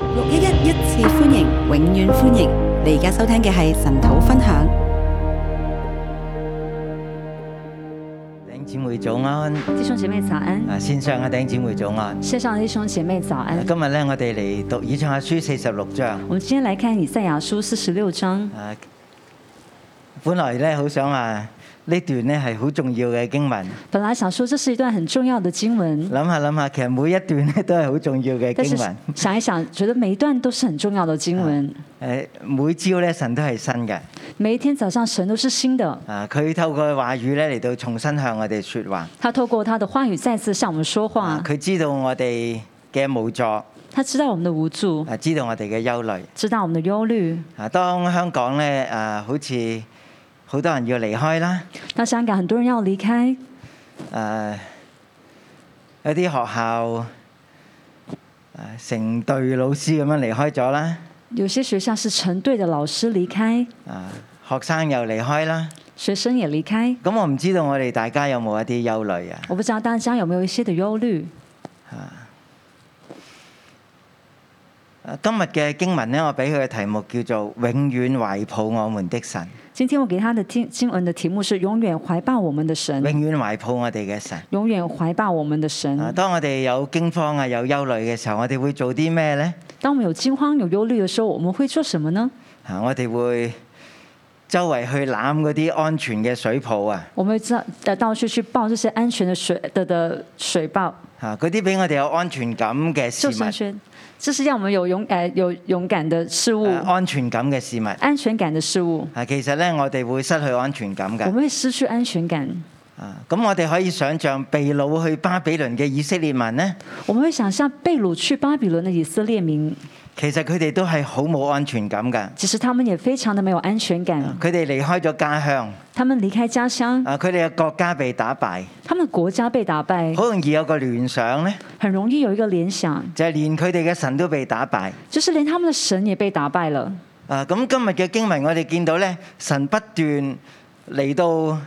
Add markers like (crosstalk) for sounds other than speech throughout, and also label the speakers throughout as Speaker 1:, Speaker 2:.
Speaker 1: 六一一一次歡迎，永遠歡迎！你而家收聽嘅係神土分享。
Speaker 2: 弟兄姊妹早安，
Speaker 3: 弟兄姐妹早安，
Speaker 2: 啊線上嘅弟兄姊妹早安。
Speaker 3: 线上的弟兄姐妹早安。
Speaker 2: 今日咧，我哋嚟讀以賽亞書四十六章。
Speaker 3: 我们今天来看以赛亚书四十六章。
Speaker 2: 啊，本來咧好想啊，呢段咧係好重要嘅經文。
Speaker 3: 本来想说这是一段很重要的经文，
Speaker 2: 諗下諗下，其實每一段咧都係好重要嘅
Speaker 3: 但是
Speaker 2: 經文。啊
Speaker 3: 想一想，觉得每一段都是很重要的经文。
Speaker 2: 誒，每朝咧神都係新嘅。
Speaker 3: 每一天早上，神都是新的，
Speaker 2: 啊，佢透過話語咧嚟到重新向我哋説話。
Speaker 3: 他透过他的话语再次向我们说
Speaker 2: 啊
Speaker 3: 话。
Speaker 2: 佢知道我哋嘅無助，啊
Speaker 3: 他知道我们的无助，
Speaker 2: 知道我哋嘅憂慮。
Speaker 3: 知道我們的憂慮。
Speaker 2: 啊，當香港咧啊，好似好多人要離開啦。
Speaker 3: 那香港很多人要離開，
Speaker 2: 誒、一啲學校誒、成隊老師咁樣離開咗啦，
Speaker 3: 有些學校是成隊的老師離開，
Speaker 2: 啊、學生又離開啦。
Speaker 3: 學生也離開。
Speaker 2: 咁我唔知道我哋大家有冇一啲憂慮啊？
Speaker 3: 我不知道大家有沒有一些的憂慮。
Speaker 2: 啊今日嘅經文呢，我俾佢嘅題目叫做《永遠懷抱我們的神》，
Speaker 3: 今天我給他的經經文的題目是“永遠懷抱我們的神”，
Speaker 2: 永遠懷抱我哋嘅神。
Speaker 3: 永遠懷抱我們的神。
Speaker 2: 啊，當我哋有驚慌啊、有憂慮嘅時候，我哋會做啲咩呢？
Speaker 3: 當我們有驚慌、有憂慮的時候，我們會做什麼呢？
Speaker 2: 啊，我哋會周圍去攬嗰啲安全嘅水泡啊，
Speaker 3: 我們會知道呃到處去抱這些安全的水的的水抱
Speaker 2: 啊，嗰啲俾我哋有安全感嘅事
Speaker 3: 救
Speaker 2: 物
Speaker 3: 生。圈，這是讓我們有勇呃有勇敢的事物、
Speaker 2: 啊安全感嘅事物。
Speaker 3: 安全感的事物。
Speaker 2: 啊，其實咧，我哋會失去安全感
Speaker 3: 我
Speaker 2: 㗎。
Speaker 3: 們會失去安全感。
Speaker 2: 啊，咁我哋可以想像被擄去巴比倫嘅以色列民呢，
Speaker 3: 我們會想象被擄去巴比倫的以色列民，
Speaker 2: 其實佢哋都係好冇安全感㗎。
Speaker 3: 其實他們也非常的沒有安全感。
Speaker 2: 佢哋離開咗家鄉，
Speaker 3: 他們離開家鄉，
Speaker 2: 啊，佢哋嘅國家被打敗，
Speaker 3: 他們國家被打敗，
Speaker 2: 好容易有個聯想呢，
Speaker 3: 很容易有一個聯想，
Speaker 2: 就係、連佢哋嘅神都被打敗。
Speaker 3: 就是連他們的神也被打敗了。
Speaker 2: 啊，咁今日嘅經文我哋見到呢，神不斷嚟到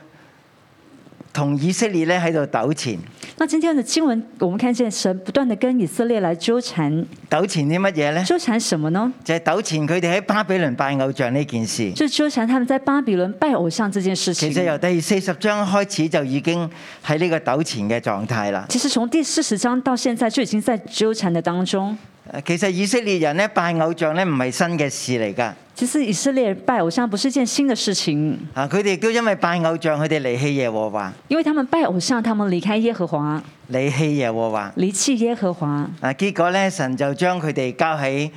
Speaker 2: 同以色列咧喺度糾纏，
Speaker 3: 那今天的經文，我們看見神不斷的跟以色列來糾纏，
Speaker 2: 糾纏啲乜嘢呢？
Speaker 3: 糾纏什麼呢？
Speaker 2: 就係、糾纏佢哋喺巴比倫拜偶像呢件事。
Speaker 3: 就糾纏他們在巴比倫拜偶像這件事情
Speaker 2: 其。實由第四十章開始就已經喺呢個糾纏嘅狀態啦。
Speaker 3: 其實從第四十章到現在就已經在糾纏的當中。
Speaker 2: 誒其實以色列人咧拜偶像咧唔係新嘅事嚟㗎，
Speaker 3: 其實以色列人拜偶像不是一件新的事情，
Speaker 2: 啊佢哋都因為拜偶像，佢哋離棄耶和華，
Speaker 3: 因為他們拜偶像，他們離開耶和華，
Speaker 2: 離棄耶和華。
Speaker 3: 離棄耶和華，
Speaker 2: 啊結果咧神就將佢哋交喺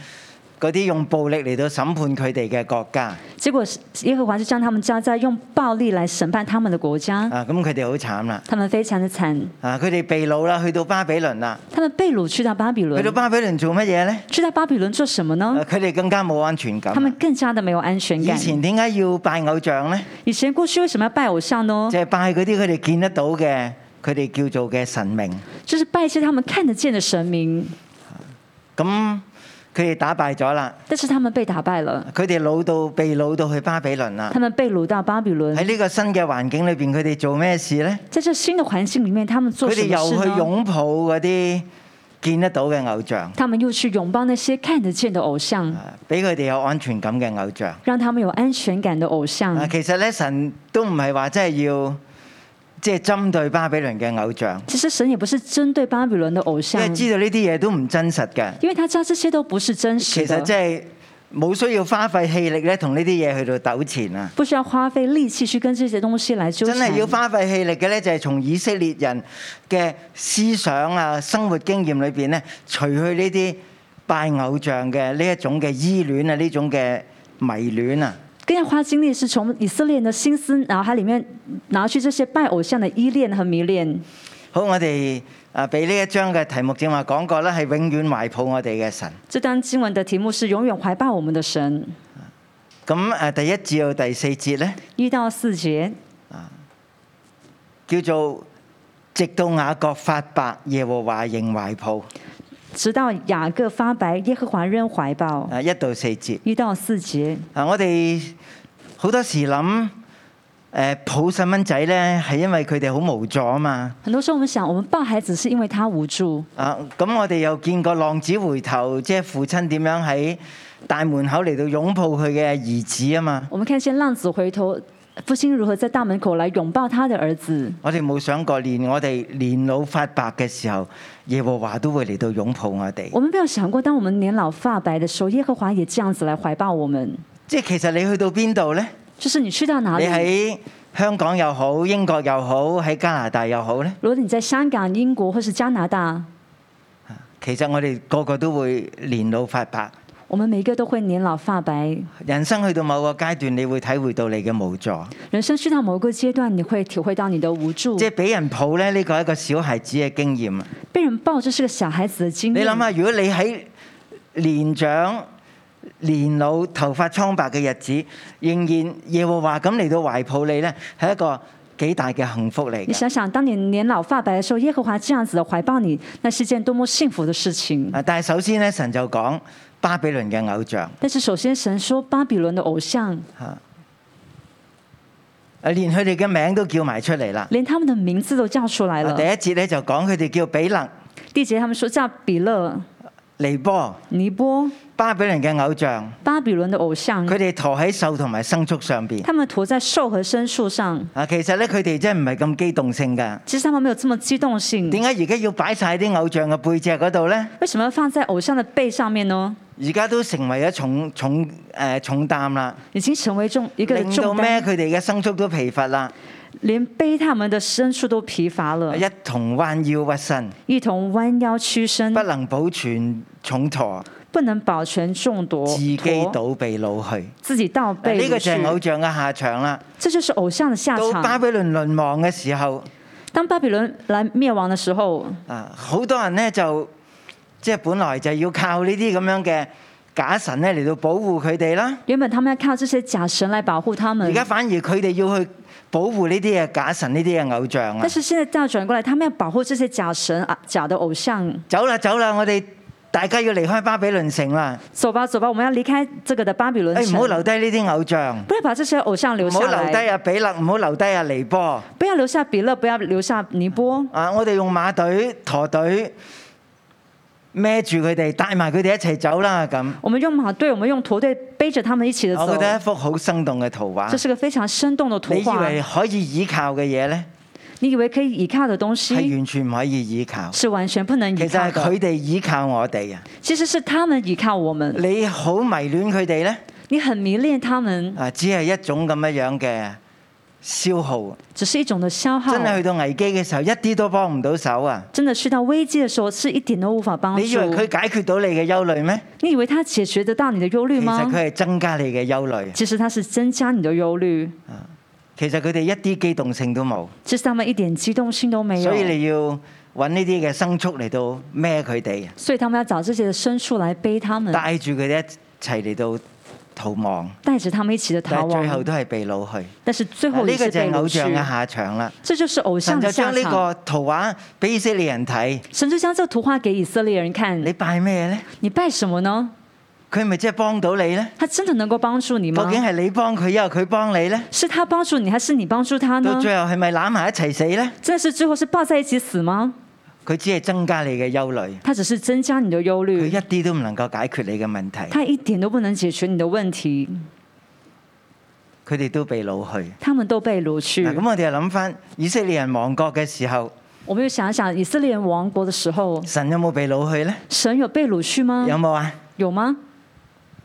Speaker 2: 嗰啲用暴力嚟到審判佢哋嘅國家，
Speaker 3: 結果耶和華就將他們交在用暴力來審判他們的國家，
Speaker 2: 啊咁佢哋好慘啦。
Speaker 3: 他們非常的慘，
Speaker 2: 啊！佢哋被擄啦，去到巴比倫啦。
Speaker 3: 他們被擄去到巴比
Speaker 2: 去到
Speaker 3: 倫，
Speaker 2: 巴比倫做乜嘢呢？
Speaker 3: 去到巴比倫做什麼
Speaker 2: 啊
Speaker 3: 呢？
Speaker 2: 佢哋更加冇安全感
Speaker 3: 他。們更加的沒有安全
Speaker 2: 以
Speaker 3: 感。
Speaker 2: 前點解要拜偶像呢？
Speaker 3: 以前过去為什麼要拜偶像呢？
Speaker 2: 就係拜嗰啲佢哋見得到嘅，佢哋叫做嘅神明。
Speaker 3: 就是拜一些他們看得見的神明，
Speaker 2: 咁佢哋打敗咗啦，
Speaker 3: 但是他們被打敗了，
Speaker 2: 佢哋老到被老到去巴比倫啦。
Speaker 3: 他們被擄到巴比倫
Speaker 2: 喺。呢個新嘅環境裏邊，佢哋做咩事呢？
Speaker 3: 在這新的環境裡面，他們做
Speaker 2: 佢
Speaker 3: 什
Speaker 2: 哋
Speaker 3: 麼
Speaker 2: 又去
Speaker 3: 事呢？
Speaker 2: 擁抱嗰啲見得到嘅偶像，
Speaker 3: 他們又去擁抱那些看得見的偶像，
Speaker 2: 啊俾佢哋有安全感嘅偶像。
Speaker 3: 讓他們有安全感的偶
Speaker 2: 啊，
Speaker 3: 像。
Speaker 2: 其實咧，神都唔係話真係要即係針對巴比倫嘅偶像，
Speaker 3: 其實神也不是針對巴比倫的偶
Speaker 2: 因
Speaker 3: 像
Speaker 2: 為，知道呢啲嘢都唔真實嘅。
Speaker 3: 因為他知道這些都不是真實
Speaker 2: 其實即
Speaker 3: 的，
Speaker 2: 係冇需要花費氣力咧，同呢啲嘢去到糾纏啊。
Speaker 3: 不需要花費力氣去跟這些東西來糾
Speaker 2: 真係要
Speaker 3: 纏。
Speaker 2: 花費氣力嘅咧，就係從以色列人嘅思想啊、生活經驗裏邊咧，除去呢啲拜偶像嘅呢一種嘅依戀啊、呢種嘅迷戀啊。
Speaker 3: 更要花精力是從以色列人的心思腦海裡面拿去這些拜偶像的依戀和迷戀。
Speaker 2: 好，我哋啊俾呢一章嘅題目正話講過啦，係永遠懷抱我哋嘅神。
Speaker 3: 這段經文的題目是“永遠懷抱我們的神
Speaker 2: 咁誒第一至到第四節咧，”，
Speaker 3: 一到四節
Speaker 2: 叫做直到雅各發白，耶和華仍懷抱。
Speaker 3: 直到雅各發白，耶和華仍懷抱。
Speaker 2: 啊一到四節。
Speaker 3: 一到四節，
Speaker 2: 啊，我哋好多時諗誒抱細蚊仔咧，係因為佢哋好無助啊嘛。
Speaker 3: 很多時候我們想，我們抱孩子是因為他無助。
Speaker 2: 啊，咁我哋又見過浪子回頭，即係父親點樣喺大門口嚟到擁抱佢嘅兒子啊嘛。
Speaker 3: 我們看見浪子回頭，父親如何在大門口來擁抱他的兒子。
Speaker 2: 我哋冇想過，連我哋年老發白嘅時候，耶和華都會嚟到擁抱我哋。
Speaker 3: 我們沒有想過，當我們年老髮白的時候，耶和華也這樣子來懷抱我們。
Speaker 2: 即係其實你去到邊度呢？
Speaker 3: 就是你去到哪
Speaker 2: 你
Speaker 3: 裡，
Speaker 2: 喺香港又好，英國又好，喺加拿大又好呢。
Speaker 3: 如果你在香港、英國或是加拿大，
Speaker 2: 其實我哋個個都會年老發白，
Speaker 3: 我們每一個都會年老髮白。
Speaker 2: 人生去到某個階段，你會體會到你嘅無助，
Speaker 3: 人生去到某個階段，你會體會到你的無助
Speaker 2: 即。係俾人抱咧，呢個係一個小孩子嘅經驗啊！
Speaker 3: 被人抱，這是個小孩子的經
Speaker 2: 你諗
Speaker 3: 驗。
Speaker 2: 下，如果你喺年長、年老、頭髮蒼白嘅日子，仍然耶和華咁嚟到懷抱你呢，係一個幾大嘅幸福嚟嘅。
Speaker 3: 你想想，當你年老髮白的時候，耶和華這樣子的懷抱你，那是件多麼幸福的事情。
Speaker 2: 啊但係首先呢，神就講巴比倫嘅偶像
Speaker 3: 但是首先，神說巴比倫的偶像，
Speaker 2: 嚇，啊連佢哋嘅名都叫埋出嚟啦。
Speaker 3: 連他們的名字都叫出來
Speaker 2: 啊
Speaker 3: 了
Speaker 2: 第。一節呢，就講佢哋叫比勒、
Speaker 3: 第一節他們說叫比勒、
Speaker 2: 尼波、
Speaker 3: 尼波、
Speaker 2: 巴比倫嘅偶像，
Speaker 3: 巴比倫的偶像，
Speaker 2: 佢哋驮喺獸同埋牲畜上邊。
Speaker 3: 他們驮在獸和牲畜上。
Speaker 2: 啊，其實咧佢哋真係唔係咁機動性㗎。
Speaker 3: 其實他們沒有這麼機動性，
Speaker 2: 點解而家要擺晒啲偶像嘅背脊嗰度呢？
Speaker 3: 為什麼要放在偶像的背上面呢？
Speaker 2: 而家都成為咗重重誒、呃重擔啦，
Speaker 3: 已經成為重一個
Speaker 2: 令到
Speaker 3: 重
Speaker 2: 咩？
Speaker 3: 擔，
Speaker 2: 佢哋嘅牲畜都疲乏啦，
Speaker 3: 連背他們的牲畜都疲乏了，
Speaker 2: 一同彎腰屈身，
Speaker 3: 一同彎腰屈身
Speaker 2: 不，能保存重駝，
Speaker 3: 不能保全眾多，
Speaker 2: 自己
Speaker 3: 驮
Speaker 2: 倒被擄去。
Speaker 3: 自己倒
Speaker 2: 嗱
Speaker 3: 背
Speaker 2: 呢個
Speaker 3: 如
Speaker 2: 就係
Speaker 3: 去
Speaker 2: 偶像嘅下場啦。
Speaker 3: 這就是偶像的下
Speaker 2: 到巴
Speaker 3: 場。
Speaker 2: 比倫淪亡嘅時候，
Speaker 3: 當巴比倫來滅亡的時候，
Speaker 2: 啊，好多人呢就即係本來就要靠呢啲咁樣嘅假神咧嚟到保護佢哋啦。
Speaker 3: 原本他們要靠這些假神來保護他
Speaker 2: 而
Speaker 3: 們
Speaker 2: 家，反而佢哋要去保護呢啲嘅假神、呢啲嘅偶像啊
Speaker 3: 但！是現在倒轉過來，他們要保護這些假神啊、假的偶像。
Speaker 2: 走啦走啦，我哋大家要離開巴比倫城啦！
Speaker 3: 走吧，走吧，我們要離開這個的巴比倫
Speaker 2: 誒，
Speaker 3: 城，
Speaker 2: 哎唔好留低呢啲偶像，
Speaker 3: 不要把這些偶像留
Speaker 2: 唔好
Speaker 3: 下
Speaker 2: 留低
Speaker 3: 來，
Speaker 2: 阿比勒，唔好留低阿尼波。
Speaker 3: 不要留下比勒，不要留下尼波。
Speaker 2: 啊，我哋用馬隊、駝隊孭住佢哋，帶埋佢哋一齊走啦咁。
Speaker 3: 我們用馬隊，我們用驼隊背着他們一起的
Speaker 2: 我
Speaker 3: 走
Speaker 2: 覺，得一幅好生動嘅圖畫
Speaker 3: 這。是個非常生動的圖
Speaker 2: 你以為
Speaker 3: 畫。
Speaker 2: 可以倚靠嘅嘢呢，
Speaker 3: 你以為可以依靠的東
Speaker 2: 係
Speaker 3: 西，
Speaker 2: 完全唔可以倚靠。
Speaker 3: 是完全不能
Speaker 2: 其
Speaker 3: 依
Speaker 2: 實
Speaker 3: 靠
Speaker 2: 係佢
Speaker 3: 的。
Speaker 2: 哋倚靠我哋啊！
Speaker 3: 其實是他們依靠我們，
Speaker 2: 你好迷戀佢哋呢。
Speaker 3: 你很迷戀他們，
Speaker 2: 啊，只係一種咁樣樣嘅消耗，
Speaker 3: 只是一種的消耗
Speaker 2: 真。係去到危機嘅時候，一啲都幫唔到手啊！
Speaker 3: 真的去到危機的時候，是一點都無法幫
Speaker 2: 你以
Speaker 3: 助
Speaker 2: 為。佢解決到你嘅憂慮咩？
Speaker 3: 你以為他解決得到你的憂
Speaker 2: 其
Speaker 3: 慮
Speaker 2: 實佢
Speaker 3: 嗎？
Speaker 2: 係增加你嘅憂慮。
Speaker 3: 其實他是增加你的憂慮，
Speaker 2: 其實佢哋一啲機動性都冇，
Speaker 3: 其實他們一點機動性都沒有
Speaker 2: 所。以你要揾呢啲嘅牲畜嚟到孭佢哋，
Speaker 3: 所以他們要找這些的牲畜來背他們，
Speaker 2: 帶住佢哋一齊嚟到逃亡，
Speaker 3: 帶着他們一起的
Speaker 2: 但
Speaker 3: 逃
Speaker 2: 係最後
Speaker 3: 亡。
Speaker 2: 都係被擄去。
Speaker 3: 但是最
Speaker 2: 嗱
Speaker 3: 後
Speaker 2: 呢
Speaker 3: 也
Speaker 2: 個
Speaker 3: 是
Speaker 2: 就
Speaker 3: 被
Speaker 2: 係偶
Speaker 3: 擄
Speaker 2: 像嘅
Speaker 3: 去。
Speaker 2: 下場啦。
Speaker 3: 這就是偶像
Speaker 2: 神
Speaker 3: 的
Speaker 2: 就
Speaker 3: 下
Speaker 2: 將呢
Speaker 3: 場。
Speaker 2: 個圖畫俾以色列人睇，
Speaker 3: 神就將這圖畫給以色列人看。
Speaker 2: 你拜咩呢？
Speaker 3: 你拜什麼呢？
Speaker 2: 佢咪即係幫到你呢？
Speaker 3: 他真的能夠幫助你
Speaker 2: 究
Speaker 3: 嗎
Speaker 2: 竟？係你幫佢，因為佢幫你呢？
Speaker 3: 是他幫助你，還是你幫助他
Speaker 2: 到
Speaker 3: 呢？
Speaker 2: 最後係咪攬埋一齊死呢？
Speaker 3: 真的是最後是抱在一起死嗎？
Speaker 2: 佢只係增加你嘅憂慮，
Speaker 3: 他只是增加你的憂
Speaker 2: 佢一
Speaker 3: 慮，
Speaker 2: 啲都唔能夠解決你嘅問題。
Speaker 3: 他一點都不能解決你的問題。
Speaker 2: 佢哋都被擄去。
Speaker 3: 他們都被擄去
Speaker 2: 嗱，。咁我哋又諗翻以色列人亡國嘅時候，
Speaker 3: 我們又想一想，以色列人亡國的時候，
Speaker 2: 神有冇被擄去呢？
Speaker 3: 神有被擄去嗎
Speaker 2: 有？冇啊？
Speaker 3: 有嗎？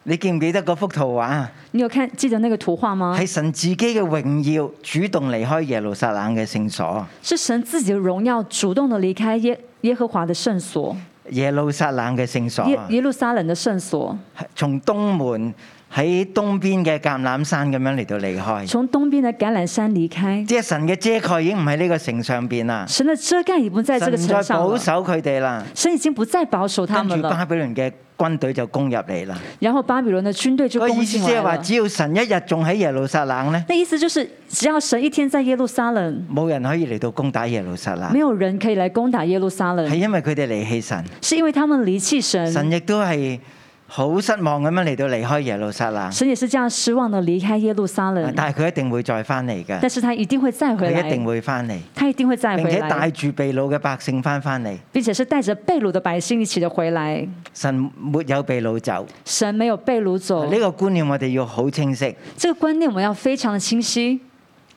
Speaker 2: 你記唔記得嗰幅圖畫啊？
Speaker 3: 你有看記得那個圖畫嗎？
Speaker 2: 係神自己嘅榮耀主動離開耶路撒冷嘅聖所，
Speaker 3: 是神自己的榮耀主動的離開耶耶和華的聖所，
Speaker 2: 耶路撒冷嘅聖所
Speaker 3: 耶
Speaker 2: 啊，
Speaker 3: 耶路撒冷的聖所，
Speaker 2: 係從東門喺東邊嘅橄欖山咁樣嚟到離開，
Speaker 3: 從東邊的橄欖山離開。
Speaker 2: 即係神嘅遮蓋已經唔喺呢個城上邊啦，
Speaker 3: 神的遮蓋已不在這
Speaker 2: 神
Speaker 3: 個
Speaker 2: 唔再
Speaker 3: 城上
Speaker 2: 保
Speaker 3: 了，
Speaker 2: 守佢哋啦。
Speaker 3: 神已經不再保守他
Speaker 2: 跟
Speaker 3: 們
Speaker 2: 住
Speaker 3: 了。
Speaker 2: 巴比倫嘅軍隊就攻入嚟啦。
Speaker 3: 然後巴比倫的軍隊就
Speaker 2: 個
Speaker 3: 攻
Speaker 2: 意思
Speaker 3: 進
Speaker 2: 即係
Speaker 3: 來
Speaker 2: 話，
Speaker 3: 了。
Speaker 2: 只要神一日仲喺耶路撒冷呢，
Speaker 3: 那意思就是，只要神一天在耶路撒冷，
Speaker 2: 冇人可以嚟到攻打耶路撒
Speaker 3: 沒
Speaker 2: 冷，
Speaker 3: 有人可以來攻打耶路撒
Speaker 2: 係
Speaker 3: 冷，
Speaker 2: 因為佢哋離棄神，
Speaker 3: 嗯是因為他們離棄神，
Speaker 2: 神亦都係好失望咁樣嚟到離開耶路撒冷，
Speaker 3: 神也是这样失望的离开耶路撒冷，
Speaker 2: 但係佢一定會再翻嚟嘅，
Speaker 3: 但是他嗯一定会再回
Speaker 2: 佢
Speaker 3: 来，
Speaker 2: 啊一定會翻嚟，
Speaker 3: 他一定会再
Speaker 2: 並
Speaker 3: 回
Speaker 2: 且
Speaker 3: 来
Speaker 2: 帶，住被掳嘅百姓翻翻嚟。
Speaker 3: 并且是带着被掳的百姓一起的回来。
Speaker 2: 神沒有被掳走，呢、
Speaker 3: 神没有被掳走，
Speaker 2: 個觀念我哋要好清晰，
Speaker 3: 这个观念我们要非常的清晰，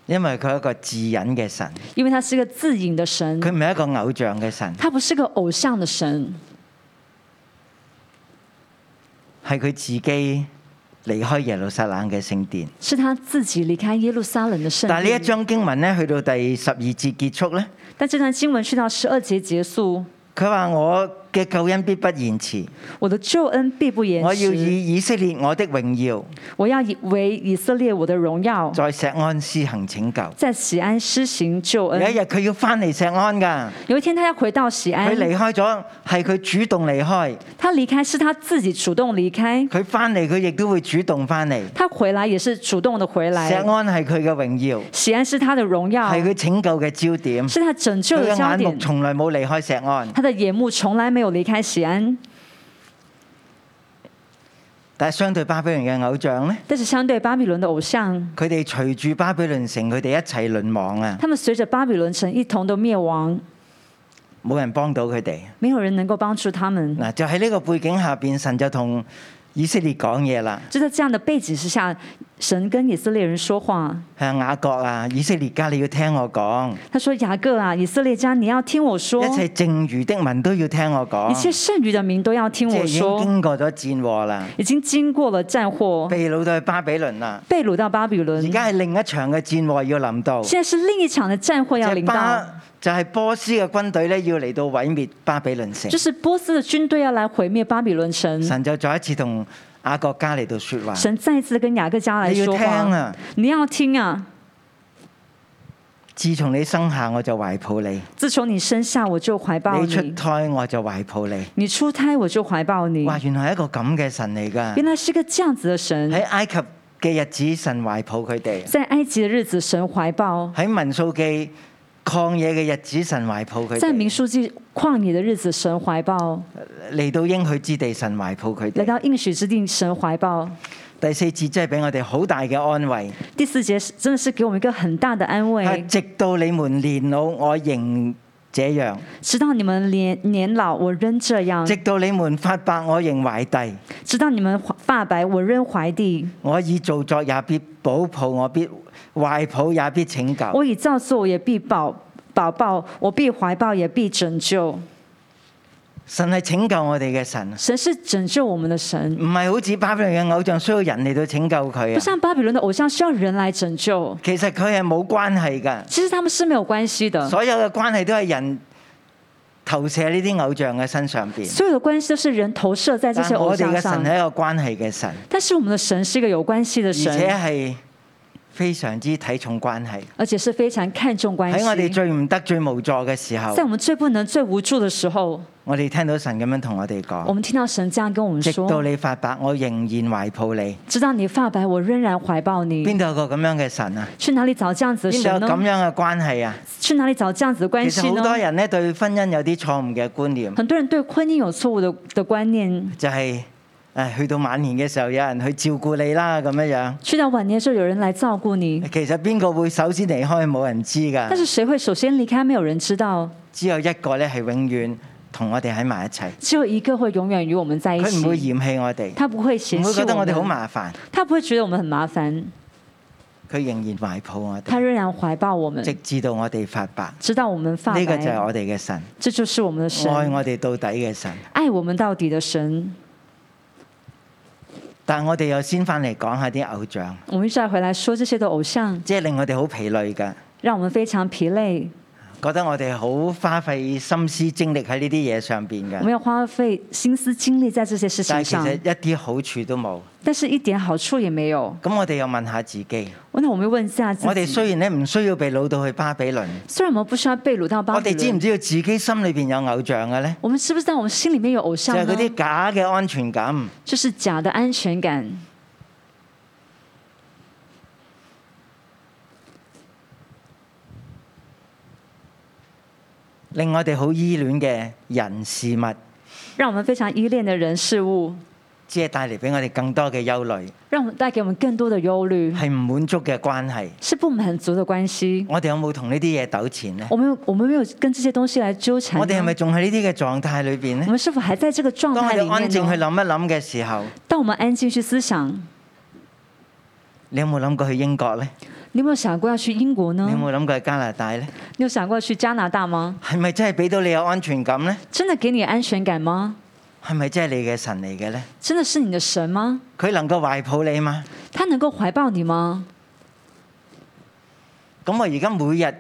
Speaker 2: 因為佢係一個自隱嘅神，
Speaker 3: 因为他是个自隐的神，
Speaker 2: 佢唔係一個偶像嘅神，
Speaker 3: 他不是个偶像的神，
Speaker 2: 係佢自己離開耶路撒冷嘅聖殿。
Speaker 3: 是他自己离开耶路撒冷的圣
Speaker 2: 但係呢一
Speaker 3: 地。
Speaker 2: 章經文咧，去到第十二節結束咧，
Speaker 3: 但这段经文去到十二节结束，
Speaker 2: 佢話我嘅救恩必不延遲，
Speaker 3: 我的救恩必不延
Speaker 2: 我要
Speaker 3: 迟，
Speaker 2: 以以色列我的榮耀
Speaker 3: 我要以为以色列我的荣耀，
Speaker 2: 在石安施行拯救。
Speaker 3: 在喜安施行救
Speaker 2: 有一
Speaker 3: 恩。
Speaker 2: 日佢要翻嚟石安㗎，
Speaker 3: 有一天他要回到喜安
Speaker 2: 佢，離開咗係佢主動離開，
Speaker 3: 他离开是他自己主动离开，
Speaker 2: 佢翻嚟佢亦都會主動翻嚟。
Speaker 3: 他回来也是主动的回
Speaker 2: 石
Speaker 3: 来。
Speaker 2: 安係佢嘅榮耀，
Speaker 3: 喜安是他的荣耀，
Speaker 2: 係佢拯救嘅焦點。
Speaker 3: 是他拯救
Speaker 2: 佢
Speaker 3: 的
Speaker 2: 嘅
Speaker 3: 焦
Speaker 2: 眼目
Speaker 3: 点。
Speaker 2: 從來冇離開石安，
Speaker 3: 他的眼目从来没有离开喜安，
Speaker 2: 但係相對巴比倫嘅偶像呢，
Speaker 3: 但是相对巴比伦的偶像，
Speaker 2: 佢哋隨住巴比倫城，佢哋一齊淪亡啊！
Speaker 3: 他们随着巴比伦城一同的灭亡，
Speaker 2: 冇人幫到佢哋。
Speaker 3: 没有人能够帮助他们。
Speaker 2: 嗱，就喺呢個背景下邊，神就同以色列講嘢啦。
Speaker 3: 就在这样的背景之下，神跟以色列人说话，
Speaker 2: 係雅各啊，以色列家你要聽我講，
Speaker 3: 他说：“雅各啊，以色列家，你要听我说，
Speaker 2: 一切剩餘的民都要聽我
Speaker 3: 一
Speaker 2: 講。
Speaker 3: 切剩余的民都要听
Speaker 2: 即係
Speaker 3: 我
Speaker 2: 啊已經
Speaker 3: 说。
Speaker 2: 經過咗戰禍啦，”
Speaker 3: 已经经过了战祸，
Speaker 2: 被掳到去巴比倫啦。
Speaker 3: 被掳到巴比
Speaker 2: 而
Speaker 3: 伦，
Speaker 2: 家係另一場嘅戰禍要臨到，
Speaker 3: 现在是另一场的战祸要
Speaker 2: 係
Speaker 3: 临到，
Speaker 2: 巴就係波斯嘅軍隊咧要嚟到毀滅巴比倫城
Speaker 3: 就。是波斯的军队要来毁灭巴比伦城。
Speaker 2: 神就再一次同雅各家嚟到説話，
Speaker 3: 嗯神再次跟雅各家来
Speaker 2: 你要
Speaker 3: 说
Speaker 2: 聽
Speaker 3: 话，
Speaker 2: 啊！
Speaker 3: 你要听啊！
Speaker 2: 自從你生下我就懷抱你，
Speaker 3: 自从你生下我就怀抱
Speaker 2: 你
Speaker 3: 你，
Speaker 2: 出胎我就懷抱你。
Speaker 3: 你出胎我就怀抱你。
Speaker 2: 哇！原來係一個咁嘅神嚟㗎。
Speaker 3: 原来是个这样子的神，
Speaker 2: 喺埃及嘅日子，神懷抱佢哋；
Speaker 3: 在埃及的日子神怀抱，
Speaker 2: 喺民數記曠野嘅日子，神懷抱佢
Speaker 3: 在民
Speaker 2: 哋；
Speaker 3: 书记旷野的日子神怀抱，
Speaker 2: 嚟到應許之地，神懷抱佢
Speaker 3: 来
Speaker 2: 哋。
Speaker 3: 到应许之地神怀抱。
Speaker 2: 第四節真係俾我哋好大嘅安慰。
Speaker 3: 第四节是真的是给我们一个很大的安
Speaker 2: 啊
Speaker 3: 慰，
Speaker 2: 直到你們年老，我仍這樣；
Speaker 3: 直到你们年年老，我仍这样；
Speaker 2: 直到你們發白，我仍懷弟。
Speaker 3: 直到你们发白，我仍怀地。
Speaker 2: 我以造作也必保抱，我必懷抱也必拯救。
Speaker 3: 我以造作也必保保抱，我必怀抱也必拯救。
Speaker 2: 神係拯救我哋嘅神，
Speaker 3: 神是拯救我们的神，
Speaker 2: 唔係好似巴比倫嘅偶像需要人嚟到拯救佢
Speaker 3: 不
Speaker 2: 啊。
Speaker 3: 像巴比伦的偶像需要人来拯救，
Speaker 2: 其實佢係冇關係㗎。
Speaker 3: 其实他们是没有关系的。
Speaker 2: 所有嘅關係都係人投射呢啲偶像嘅身上邊。
Speaker 3: 所有的关系都是人投射在这
Speaker 2: 但
Speaker 3: 些偶
Speaker 2: 我哋
Speaker 3: 像
Speaker 2: 嘅神
Speaker 3: 上，
Speaker 2: 係一個關係嘅神，
Speaker 3: 但是我们的神是一个有关系的
Speaker 2: 而且
Speaker 3: 神，
Speaker 2: 係非常之睇重關係。
Speaker 3: 而且是非常看重关
Speaker 2: 喺我哋
Speaker 3: 系。
Speaker 2: 最唔得、最無助嘅時候
Speaker 3: 在，我们最不能、最無助的时候，
Speaker 2: 我哋聽到神咁樣同我哋
Speaker 3: 我
Speaker 2: 講：
Speaker 3: 们聽到神这样跟我们
Speaker 2: 直到
Speaker 3: 说
Speaker 2: 你發白，我仍然懷抱你。：“
Speaker 3: 直到你发白，我仍然怀抱你。
Speaker 2: 邊度有個咁樣嘅神啊？”
Speaker 3: 去哪里找这样子的
Speaker 2: 邊度有
Speaker 3: 嗯神
Speaker 2: 咁
Speaker 3: 呢？
Speaker 2: 樣嘅關係啊？
Speaker 3: 去哪里找这样子的
Speaker 2: 其
Speaker 3: 关
Speaker 2: 實
Speaker 3: 系
Speaker 2: 好多
Speaker 3: 呢？
Speaker 2: 人咧對婚姻有啲錯誤嘅觀念，
Speaker 3: 很多人對婚姻有錯誤的的观念，
Speaker 2: 就係、唉去到晚年嘅時候，有人去照顧你啦，咁樣樣。
Speaker 3: 去到晚年的时候有人来照顧你，
Speaker 2: 其實邊個會首先離開，冇人知㗎。
Speaker 3: 但是誰會首先離開？沒有人知道，
Speaker 2: 只有一個咧係永遠同我哋喺埋一齊，
Speaker 3: 只有一個會永遠與我們在一
Speaker 2: 佢唔會
Speaker 3: 起。
Speaker 2: 嫌棄我哋，
Speaker 3: 他不會
Speaker 2: 唔
Speaker 3: 嫌
Speaker 2: 會
Speaker 3: 棄
Speaker 2: 覺得
Speaker 3: 我
Speaker 2: 我哋好
Speaker 3: 们，
Speaker 2: 麻煩，
Speaker 3: 他不會覺得我們很麻煩，
Speaker 2: 佢仍然懷抱我
Speaker 3: 他
Speaker 2: 哋，
Speaker 3: 仍然懷抱我們
Speaker 2: 直，至到我哋發白。
Speaker 3: 直到我們發
Speaker 2: 呢個就係
Speaker 3: 白。
Speaker 2: 我哋嘅神，
Speaker 3: 这就是我们的
Speaker 2: 愛
Speaker 3: 神，
Speaker 2: 我哋到底嘅神。
Speaker 3: 愛我們到底的神。
Speaker 2: 但我哋又先翻嚟講下啲偶像，
Speaker 3: 我們再回來說這些的偶像，
Speaker 2: 即係令我哋好疲累㗎，
Speaker 3: 讓我們非常疲累，
Speaker 2: 覺得我哋好花費心思精力喺呢啲嘢上邊
Speaker 3: 我們
Speaker 2: 㗎。
Speaker 3: 要花費心思精力在這些事
Speaker 2: 但
Speaker 3: 情
Speaker 2: 係其
Speaker 3: 上
Speaker 2: 實，一啲好處都冇。
Speaker 3: 但是一點好處也沒有。
Speaker 2: 咁我哋又問下自己，
Speaker 3: 那我們問一下自
Speaker 2: 我哋
Speaker 3: 己，
Speaker 2: 雖然咧唔需要被擄到去巴比倫，
Speaker 3: 雖然我們不需要被掳到巴
Speaker 2: 我
Speaker 3: 比
Speaker 2: 哋知唔
Speaker 3: 伦，
Speaker 2: 知道自己心裏邊有偶像嘅呢？
Speaker 3: 我們知不知道我們心啊裡面有
Speaker 2: 就
Speaker 3: 偶像
Speaker 2: 係嗰
Speaker 3: 呢？
Speaker 2: 啲假嘅安全感。
Speaker 3: 就是假的安全感。
Speaker 2: 令我哋好依戀嘅人事物，
Speaker 3: 让我们非常依恋的人事物，
Speaker 2: 只係帶嚟俾我哋更多嘅憂慮，
Speaker 3: 让我们带给我们更多的忧虑，
Speaker 2: 係唔滿足嘅關係。
Speaker 3: 是不满足的关系。
Speaker 2: 我哋有冇同呢啲嘢糾纏呢？
Speaker 3: 我们有我们没有跟这些东西来纠缠呢。
Speaker 2: 我哋係咪仲喺呢啲嘅狀態裏邊
Speaker 3: 我
Speaker 2: 呢？
Speaker 3: 们是否还在这个状
Speaker 2: 當我
Speaker 3: 态里
Speaker 2: 哋安
Speaker 3: 面啊
Speaker 2: 靜去
Speaker 3: 呢？
Speaker 2: 諗一諗嘅時候，
Speaker 3: 当我们安静去思想，
Speaker 2: 你有冇諗過去英國呢？
Speaker 3: 你有没有想过要去英国呢
Speaker 2: 你有？冇諗過去加拿大呢？
Speaker 3: 你有想过去加拿大吗？
Speaker 2: 係咪真係俾到你有安全感呢？
Speaker 3: 真的给你安全感吗？
Speaker 2: 係咪真係你嘅神嚟嘅呢？
Speaker 3: 真的是你的神吗？
Speaker 2: 佢能夠懷抱你嘛？
Speaker 3: 他能够怀抱你吗？
Speaker 2: 咁我而家每日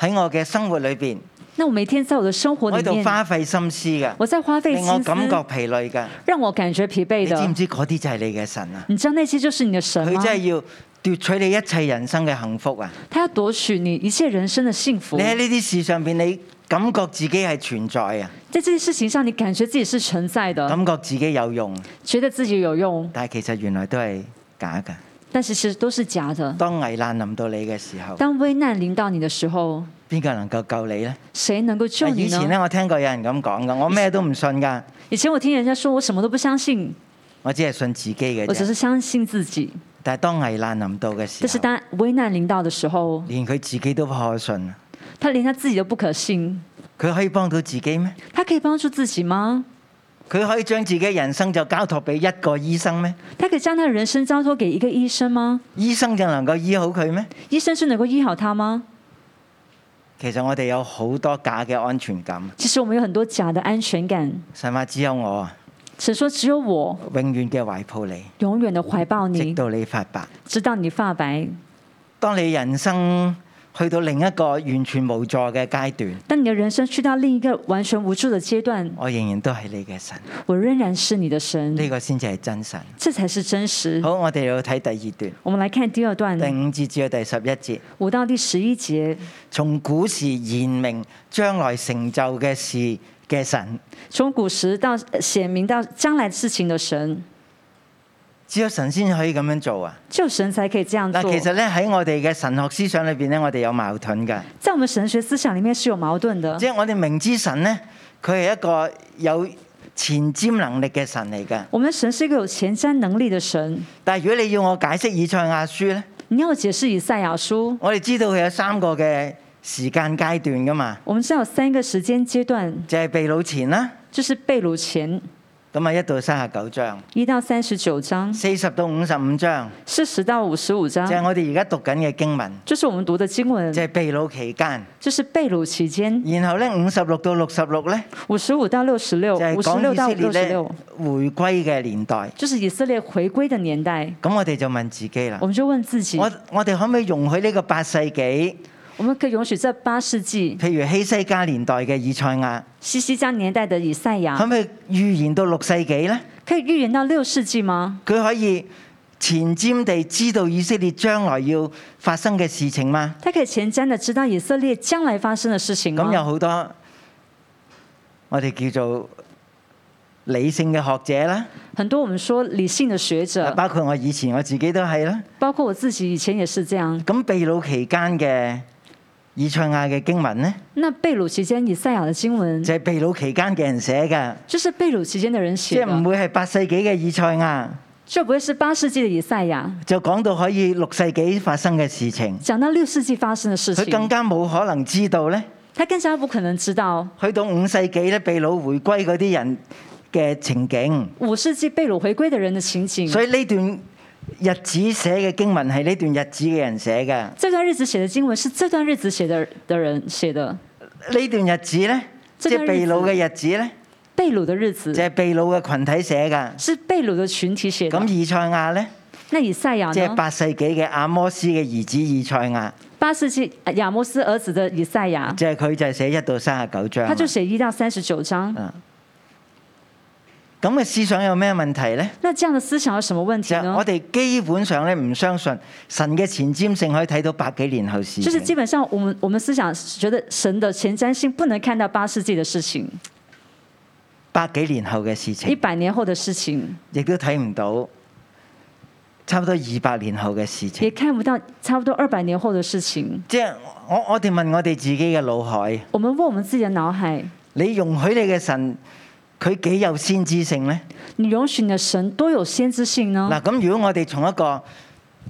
Speaker 2: 喺我嘅生活裏邊，
Speaker 3: 那我每天在我的生活
Speaker 2: 我喺
Speaker 3: 里
Speaker 2: 度花費
Speaker 3: 面，
Speaker 2: 心思㗎，
Speaker 3: 我在花费
Speaker 2: 令我
Speaker 3: 心
Speaker 2: 感覺
Speaker 3: 思，
Speaker 2: 疲累㗎。
Speaker 3: 让我感觉疲
Speaker 2: 你
Speaker 3: 惫
Speaker 2: 知唔
Speaker 3: 的。
Speaker 2: 知嗰啲就係你嘅神啊？
Speaker 3: 你知道那些就是你的神
Speaker 2: 佢
Speaker 3: 吗？
Speaker 2: 真係要奪取你一切人生嘅幸福啊！
Speaker 3: 他要夺取你一切人生的幸福
Speaker 2: 你。喺呢啲事上邊，你感覺自己係存在啊，
Speaker 3: 在这些事情上，你感觉自己是存在的，
Speaker 2: 感覺自己有用，
Speaker 3: 觉得自己有用，
Speaker 2: 但係其實原來都係假㗎。
Speaker 3: 但其實都是假的。
Speaker 2: 當危難臨到你嘅時候，
Speaker 3: 当危難临到你的时候，
Speaker 2: 邊個能夠救你呢？
Speaker 3: 谁能够救你
Speaker 2: 啊以前
Speaker 3: 呢？
Speaker 2: 咧，我聽過有人咁講㗎，我咩都唔信㗎，
Speaker 3: 以前我听人家说我什么都不相信，
Speaker 2: 我只係信自己嘅
Speaker 3: 我只
Speaker 2: 啫。
Speaker 3: 是相信自己。
Speaker 2: 但係當危難臨到嘅時
Speaker 3: 但是
Speaker 2: 候，
Speaker 3: 当危難临到的时候，
Speaker 2: 連佢自己都不可信，
Speaker 3: 他连他自己都不可信。
Speaker 2: 佢可以幫到自己咩？
Speaker 3: 他可以帮助自己吗？
Speaker 2: 佢可以將自己人生就交託俾一個醫生咩？
Speaker 3: 他可以将他的人生交托给一个醫生吗？
Speaker 2: 醫生就能夠醫好佢咩？
Speaker 3: 醫生是能够醫好他吗？
Speaker 2: 其實我哋有好多假嘅安全感，
Speaker 3: 其實我们有很多假的安全感。
Speaker 2: 神話只有我啊，
Speaker 3: 神说只有我
Speaker 2: 永遠嘅懷抱你，
Speaker 3: 永遠的懷抱
Speaker 2: 直
Speaker 3: 你，
Speaker 2: 到你發白。
Speaker 3: 直到你发白。
Speaker 2: 當你人生去到另一個完全無助嘅階段，
Speaker 3: 当你的人生去到另一个完全无助的阶段，
Speaker 2: 我仍然都係你嘅神，呢、
Speaker 3: 我仍然是你的神，
Speaker 2: 個先至係真神。
Speaker 3: 这才是真实。
Speaker 2: 好，我哋要睇第
Speaker 3: 我们来看第二段
Speaker 2: 二段，第五節至到第十一節，
Speaker 3: 五到第十一节，
Speaker 2: 從古時言明將來成就嘅事嘅神，
Speaker 3: 从古时到呃显明到将来事情的神，
Speaker 2: 只有神先可以咁樣做啊！
Speaker 3: 只有神才可以这样
Speaker 2: 嗱
Speaker 3: 做，。
Speaker 2: 其實咧喺我哋嘅神學思想裏邊咧，我哋有矛盾㗎。
Speaker 3: 在我们神学思想里面是有矛盾的
Speaker 2: 即。係我哋明知神呢，佢係一個有前瞻能力嘅神嚟嘅。
Speaker 3: 我们的神是一个有前瞻能力的神。
Speaker 2: 但係如果你要我解釋以賽亞書呢，
Speaker 3: 你要解释以赛亚书，
Speaker 2: 我哋知道佢有三個嘅時間階段噶嘛，
Speaker 3: 我们知道有三个时间阶段，
Speaker 2: 就係、被擄前啦，
Speaker 3: 就是被掳前
Speaker 2: 咁啊一到三十九章，
Speaker 3: 一到三十九章，
Speaker 2: 四十到五十五章，
Speaker 3: 四十到五十五
Speaker 2: 就係
Speaker 3: 章，
Speaker 2: 我哋而家讀緊嘅經文，
Speaker 3: 就是我们读的经文
Speaker 2: 就，係被擄期間。
Speaker 3: 就是被掳期间。
Speaker 2: 然後呢，五十六到六十六呢，
Speaker 3: 五十五到六十六，
Speaker 2: 就係
Speaker 3: 五十六到
Speaker 2: 講以色
Speaker 3: 六十
Speaker 2: 列呢
Speaker 3: 六，
Speaker 2: 回歸嘅年代。
Speaker 3: 就是以色列回归的年代。
Speaker 2: 咁我哋就問自己啦
Speaker 3: 我，们就问自己，
Speaker 2: 我我哋可唔可以容許呢個八世紀，
Speaker 3: 我们可以允许这八世纪
Speaker 2: 譬如希西家年代嘅以賽亞？
Speaker 3: 西西家年代的以赛
Speaker 2: 可
Speaker 3: 亚，
Speaker 2: 唔可以預言到六世紀呢？
Speaker 3: 可以预言到六世纪吗？
Speaker 2: 佢可以前瞻地知道以色列將來要發生嘅事情嗎？
Speaker 3: 他可以前瞻的知道以色列将来发生的事情
Speaker 2: 咁有
Speaker 3: 吗？
Speaker 2: 好多我哋叫做理性嘅學者啦，
Speaker 3: 很多我们说理性的学者，
Speaker 2: 包括我以前我自己都係啦。
Speaker 3: 包括我自己以前也是这样。
Speaker 2: 咁秘掳期間嘅以賽亞嘅經文呢，
Speaker 3: 那被掳期間以赛亚的经文，
Speaker 2: 就係秘掳期間嘅人寫嘅，
Speaker 3: 就是被掳期间的人
Speaker 2: 即
Speaker 3: 写
Speaker 2: 係唔
Speaker 3: 的，
Speaker 2: 會係八世紀嘅以賽亞，
Speaker 3: 这不会是八世纪的以赛亚。
Speaker 2: 就講到可以六世紀發生嘅事情，
Speaker 3: 讲到六世纪发生的事
Speaker 2: 佢更
Speaker 3: 情，
Speaker 2: 加冇可能知道呢。
Speaker 3: 他更加不可能知道
Speaker 2: 去到五世紀咧，秘魯回歸嗰啲人嘅情景，
Speaker 3: 五世纪被掳回归的人的情景。
Speaker 2: 所以呢段日子寫嘅經文係呢段日子嘅人寫嘅。
Speaker 3: 这段日子写的经文是这段日子写的的人写的，
Speaker 2: 呢段日子呢，即
Speaker 3: 即係
Speaker 2: 係秘魯嘅日子呢，
Speaker 3: 被掳的日
Speaker 2: 就
Speaker 3: 子
Speaker 2: 係秘魯嘅群體寫嘅。
Speaker 3: 是被掳的群体写的
Speaker 2: 咁。以賽亞呢，
Speaker 3: 那以赛亚
Speaker 2: 即係
Speaker 3: 呢？
Speaker 2: 八世紀嘅阿摩斯嘅兒子以賽亞，
Speaker 3: 八世纪亚摩斯儿子的以赛亚，
Speaker 2: 即係佢就係寫一到三十九章啊啦。
Speaker 3: 他就写一到三十九章。
Speaker 2: 嗯咁嘅思想有咩問題呢？
Speaker 3: 那这样的思想有什么问题
Speaker 2: 就係
Speaker 3: 呢
Speaker 2: 我？哋基本上咧唔相信神嘅前瞻性可以睇到百幾年後事
Speaker 3: 就是
Speaker 2: 情。
Speaker 3: 基本上我们我们思想觉得神的前瞻性不能看到八世纪的事情，
Speaker 2: 百幾年後嘅事情
Speaker 3: 一。百年后的事情，
Speaker 2: 亦都睇唔到差唔多二百年後嘅事
Speaker 3: 也
Speaker 2: 情。
Speaker 3: 看不到差不多二百年后的事情。
Speaker 2: 即係我我哋問我哋自己嘅腦海，
Speaker 3: 我们问我们自己的脑海，
Speaker 2: 你容許你嘅神佢幾有先知性呢？
Speaker 3: 你容许你的神多有先知性呢？
Speaker 2: 嗱，咁如果我哋從一個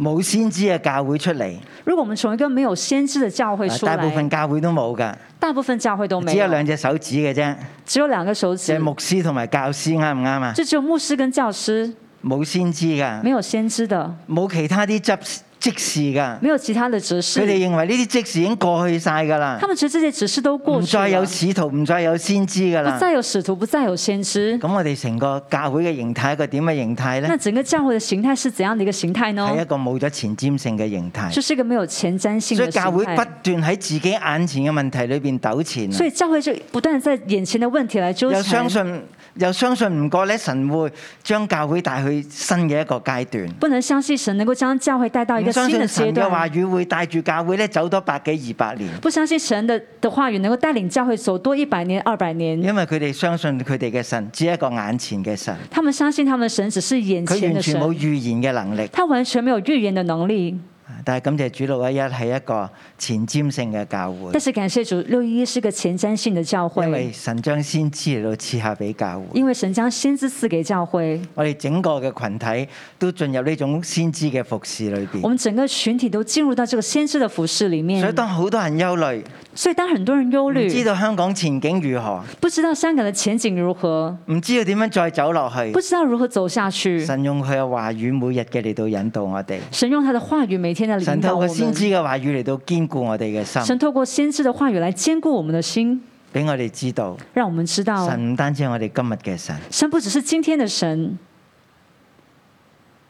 Speaker 2: 冇先知嘅教會出嚟，啊
Speaker 3: 如果我们从一个没有先知的教会出
Speaker 2: 大
Speaker 3: 来，
Speaker 2: 部分教會都冇噶，
Speaker 3: 大部分教会都没
Speaker 2: 只有
Speaker 3: 有，
Speaker 2: 兩隻手指嘅啫，
Speaker 3: 只有兩个手
Speaker 2: 就係
Speaker 3: 指，
Speaker 2: 牧師同埋教師啱唔啱啊？
Speaker 3: 就只有牧师跟教
Speaker 2: 嗯
Speaker 3: 师，
Speaker 2: 冇先知噶
Speaker 3: 没，有先知的，
Speaker 2: 冇其他啲執即事噶，
Speaker 3: 没有其他的指示
Speaker 2: 佢。哋認為呢啲即事已經過去晒㗎啦
Speaker 3: 他，们觉得这些指示都过
Speaker 2: 唔
Speaker 3: 去了，
Speaker 2: 再有使徒，唔再有先知㗎
Speaker 3: 不
Speaker 2: 啦。
Speaker 3: 再有使徒，不再有先知。
Speaker 2: 咁我哋成個教會嘅形態一個點嘅形態呢
Speaker 3: 那？整个教会的形态是怎样的一个形态呢
Speaker 2: 係一？個冇咗前瞻性嘅形態。
Speaker 3: 就是一个没有前瞻性
Speaker 2: 所
Speaker 3: 的
Speaker 2: 以
Speaker 3: 形
Speaker 2: 教會不
Speaker 3: 态。
Speaker 2: 斷喺自己眼前嘅問題裏邊糾纏啊。
Speaker 3: 所以教会就不断在眼前的问题来纠
Speaker 2: 又
Speaker 3: 缠
Speaker 2: 相，信又相信唔過咧，神會將教會帶去新嘅一個階段。
Speaker 3: 不能相信神能够将教会带啊到一
Speaker 2: 唔
Speaker 3: 个
Speaker 2: 相
Speaker 3: 新的
Speaker 2: 信
Speaker 3: 阶
Speaker 2: 神嘅話
Speaker 3: 段，
Speaker 2: 語會帶住教會咧走多百幾二百年，
Speaker 3: 不相信神的的话语能够带领教会走多一百年、二百年。
Speaker 2: 因為佢哋相信佢哋嘅神只係一個眼前嘅神，
Speaker 3: 他们相信他们的神只是眼
Speaker 2: 佢
Speaker 3: 前
Speaker 2: 完
Speaker 3: 的
Speaker 2: 全冇
Speaker 3: 神，
Speaker 2: 預言嘅能力。
Speaker 3: 他完全没有预言的能
Speaker 2: 嗯
Speaker 3: 力。
Speaker 2: 啊但係感謝主六一一係一個前瞻性嘅教會
Speaker 3: 但，是感谢主，六一一是个前瞻性的教
Speaker 2: 因
Speaker 3: 会
Speaker 2: 為，神將先知嚟到賜下俾教會。
Speaker 3: 因为神将先知赐给教会。
Speaker 2: 我哋整個嘅群體都進入呢種先知嘅服侍裏
Speaker 3: 我
Speaker 2: 邊，
Speaker 3: 们整个群体都进入到这个先知的服饰里
Speaker 2: 嗯
Speaker 3: 面
Speaker 2: 所以，當好多人憂慮，
Speaker 3: 所以当很多人忧
Speaker 2: 唔知
Speaker 3: 虑，
Speaker 2: 道香港前景如何，
Speaker 3: 不知道香港的前景如何，
Speaker 2: 唔知道點樣再走落去
Speaker 3: 不，知道如何走下去，
Speaker 2: 神用佢嘅話語每日嘅嚟到引導我哋，
Speaker 3: 神用他的话语每天的
Speaker 2: 神
Speaker 3: 领
Speaker 2: 透
Speaker 3: 导我
Speaker 2: 過先知
Speaker 3: 们，
Speaker 2: 嘅話語嚟到堅固我哋嘅心，
Speaker 3: 啊神透过先知的话语来兼顾我们的心，
Speaker 2: 俾我哋知道，
Speaker 3: 让我们知道，
Speaker 2: 神唔單止係我哋今日嘅神，
Speaker 3: 神不只是今天的神，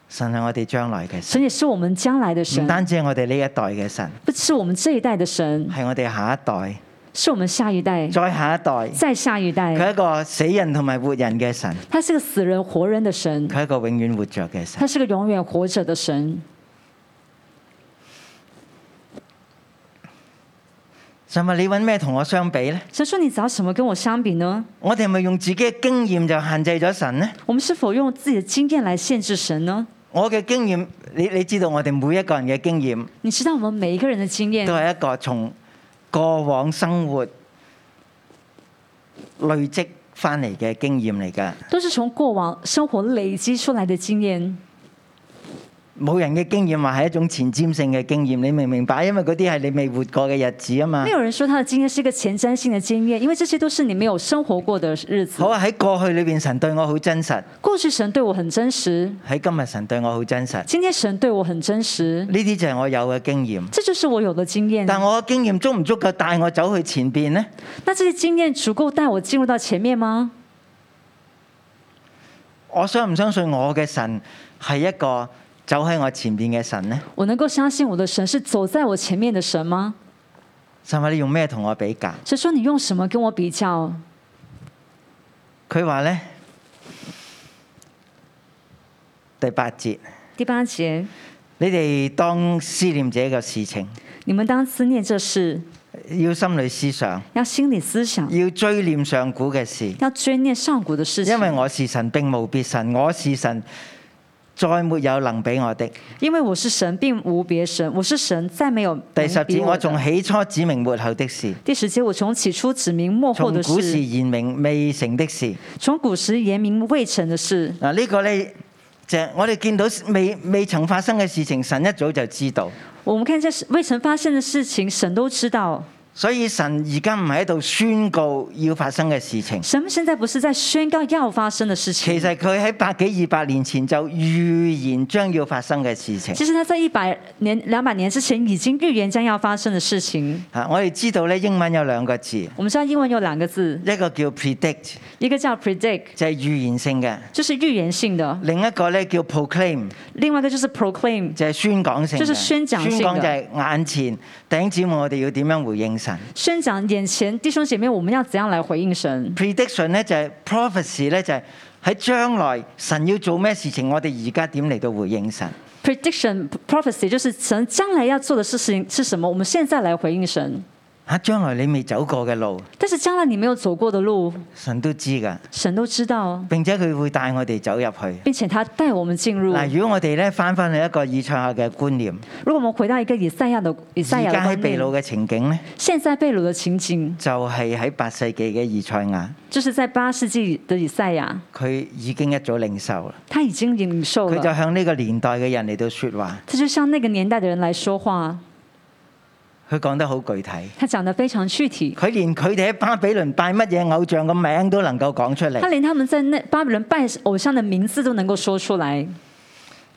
Speaker 2: 神係我哋將來嘅神
Speaker 3: 神，也是我们将来的
Speaker 2: 唔
Speaker 3: 神，
Speaker 2: 單止係我哋呢一代嘅神，
Speaker 3: 不只是我们这一代的神，
Speaker 2: 係我哋下一代、
Speaker 3: 是我们下一代、
Speaker 2: 再下一代，
Speaker 3: 再下
Speaker 2: 佢
Speaker 3: 一
Speaker 2: 係
Speaker 3: 代。
Speaker 2: 一個死人同埋活人嘅神，
Speaker 3: 他是个死人活人的神，
Speaker 2: 佢係一個永遠活着嘅神
Speaker 3: 他。是个永远活着的神。
Speaker 2: 神話你揾咩同我相比呢？
Speaker 3: 神说：“你找什么跟我相比呢？”
Speaker 2: 我哋係咪用自己嘅經驗就限制咗神呢？
Speaker 3: 我们是否用自己的经验来限制神呢？
Speaker 2: 我嘅經驗，你你知道我哋每一個人嘅經驗
Speaker 3: 你知道我们每一个人的经验
Speaker 2: 都係一個從過往生活累積翻嚟嘅經驗嚟㗎。
Speaker 3: 都是从过往生活累积出来的经验，
Speaker 2: 冇人嘅經驗話係一種前瞻性嘅經驗，你明唔明白？因為嗰啲係你未活過嘅日子啊嘛
Speaker 3: 没。有人说他的经验是一个前瞻性的经验，因为这些都是你没有生活过的日子
Speaker 2: 好。啊！喺過去裏邊，神對我好真實；
Speaker 3: 过去神对我很真实，
Speaker 2: 喺今日，神對我好真實。呢
Speaker 3: 今天神对我很真实，
Speaker 2: 啲就係我有嘅經驗。
Speaker 3: 这就是我有的经验。
Speaker 2: 但我嘅經驗足唔足夠帶我走去前邊呢？
Speaker 3: 那这些经验足够带我进入到前面吗？
Speaker 2: 我相唔相信我嘅神係一個走喺我前邊嘅神呢？
Speaker 3: 我能够相信我的神是走在我前面的神吗？
Speaker 2: 神話你用咩同我比較？
Speaker 3: 神说：“你用什么跟我比较？
Speaker 2: 佢話呢，第八節，
Speaker 3: 第八节，
Speaker 2: 你哋當思念者嘅事情，
Speaker 3: 你们当思念这事，
Speaker 2: 要心裏思想，
Speaker 3: 要心里思想。
Speaker 2: 要追念上古嘅事，
Speaker 3: 要追念上古的事情，
Speaker 2: 因為我是神，並無別神，我是神，再沒有能比我的。
Speaker 3: 因为我是神，并无别神，我是神，再没有
Speaker 2: 第十
Speaker 3: 能比
Speaker 2: 節，
Speaker 3: 我
Speaker 2: 我
Speaker 3: 的
Speaker 2: 從起初指明末後的事，
Speaker 3: 第十节，我从起初指明幕后
Speaker 2: 從
Speaker 3: 的
Speaker 2: 古時
Speaker 3: 事，
Speaker 2: 言明未成的事。
Speaker 3: 从古时言明未成的事。
Speaker 2: 嗱，呢個呢，就係我哋見到未未曾發生嘅事情，神一早就知道，
Speaker 3: 我们看这是未曾发生的事情，神都知道。
Speaker 2: 所以神而家唔係喺度宣告要發生嘅事情。
Speaker 3: 神现在不是在宣告要发生的事
Speaker 2: 其
Speaker 3: 情，
Speaker 2: 實佢喺百幾二百年前就預言將要發生嘅事情。
Speaker 3: 其实他在一百年、两百年之前已经预言将要发生的事情。
Speaker 2: 啊，我哋知道咧，英文有兩個字，
Speaker 3: 我们知道英文有两个字，
Speaker 2: 一個叫 predict，
Speaker 3: 一个叫 predict，
Speaker 2: 就係預言性嘅；
Speaker 3: 就是预言性的；
Speaker 2: 另一個咧叫 proclaim，
Speaker 3: 另外一个就是 proclaim，
Speaker 2: 就係宣講性嘅。
Speaker 3: 就是宣講性嘅
Speaker 2: 宣講就係眼前弟兄姊妹，我哋要點樣回應神
Speaker 3: 宣讲眼前弟兄姐妹，我们要怎样来回应神？
Speaker 2: ？prediction 咧就係 prophecy 咧就係喺將來神要做咩事情，我哋而家點嚟到回應神？
Speaker 3: prediction prophecy 就是神将来要做的事情是什么，我们现在来回应神。
Speaker 2: 啊，將來你未走過嘅路，
Speaker 3: 但是将来你没有走过的路，
Speaker 2: 神都知㗎。
Speaker 3: 神都知道，
Speaker 2: 並且佢會帶我哋走入去。
Speaker 3: 并且他带我们进入。
Speaker 2: 嗱，如果我哋咧翻翻去一個以賽亞嘅觀念，
Speaker 3: 如果我们回到一个以赛亚的以
Speaker 2: 而
Speaker 3: 赛亚的
Speaker 2: 家喺
Speaker 3: 观
Speaker 2: 秘
Speaker 3: 念，
Speaker 2: 魯嘅情景咧，
Speaker 3: 现在被掳的情景，
Speaker 2: 就係喺八世紀嘅以賽亞，
Speaker 3: 就是在八世纪的以赛亚，
Speaker 2: 佢已經一早領受啦。
Speaker 3: 他已经领受
Speaker 2: 佢就
Speaker 3: 了。
Speaker 2: 向呢個年代嘅人嚟到说話，
Speaker 3: 这就像那个年代的人来说话，
Speaker 2: 佢講得好具體。
Speaker 3: 他讲得非常具体，
Speaker 2: 佢連佢哋喺巴比倫拜乜嘢偶像嘅名都能夠講出
Speaker 3: 他
Speaker 2: 嚟。
Speaker 3: 连他们在那巴比伦拜偶像的名字都能够说出来，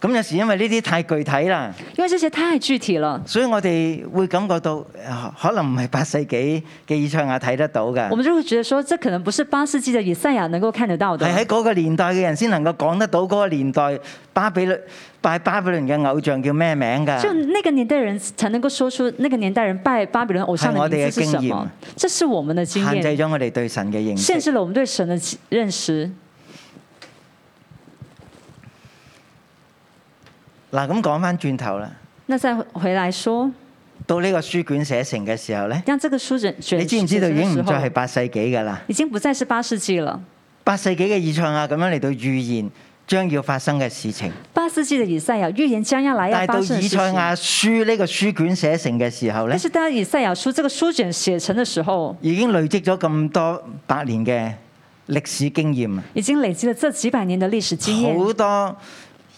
Speaker 2: 咁有時因為呢啲太具體啦，
Speaker 3: 因为这些太具体了。
Speaker 2: 所以我哋會感覺到啊可能唔係八世紀嘅以賽亞睇得到
Speaker 3: 我
Speaker 2: 㗎，
Speaker 3: 们就会觉得说，这可能不是八世纪的以赛亚能够看得到的
Speaker 2: 係，喺嗰個年代嘅人先能夠講得到嗰個年代巴比倫拜巴比倫嘅偶像叫咩名
Speaker 3: 就
Speaker 2: 㗎。
Speaker 3: 那个年代人才能够说出那个年代人拜巴比伦偶像
Speaker 2: 哎是我
Speaker 3: 的
Speaker 2: 哋嘅
Speaker 3: 名字是什
Speaker 2: 經驗
Speaker 3: 么。这是我们的经
Speaker 2: 限制
Speaker 3: 验，
Speaker 2: 咗我哋對神嘅認識。
Speaker 3: 限制了我们对神的认识。
Speaker 2: 嗱，咁講翻轉頭啦，
Speaker 3: 那再回来说，
Speaker 2: 到呢個書卷寫成嘅時候呢，
Speaker 3: 让这个书卷卷
Speaker 2: 你知唔知道已
Speaker 3: 的
Speaker 2: 經
Speaker 3: 时
Speaker 2: 唔再
Speaker 3: 候
Speaker 2: 係，八世紀㗎啦？
Speaker 3: 已经不再是八世纪了。
Speaker 2: 八世紀嘅以賽亞咁樣嚟到預言將要發生嘅事情，
Speaker 3: 八世纪的以赛亚预言將要来
Speaker 2: 但係
Speaker 3: 要哎发
Speaker 2: 到
Speaker 3: 生的
Speaker 2: 以
Speaker 3: 事情。
Speaker 2: 賽亞書呢個書卷寫成嘅時候呢
Speaker 3: 但，是当以赛亚书这个书卷写成的时候，
Speaker 2: 已經累積咗咁多百年嘅歷史經驗，
Speaker 3: 已经累积了这几百年的历史经验。
Speaker 2: 好多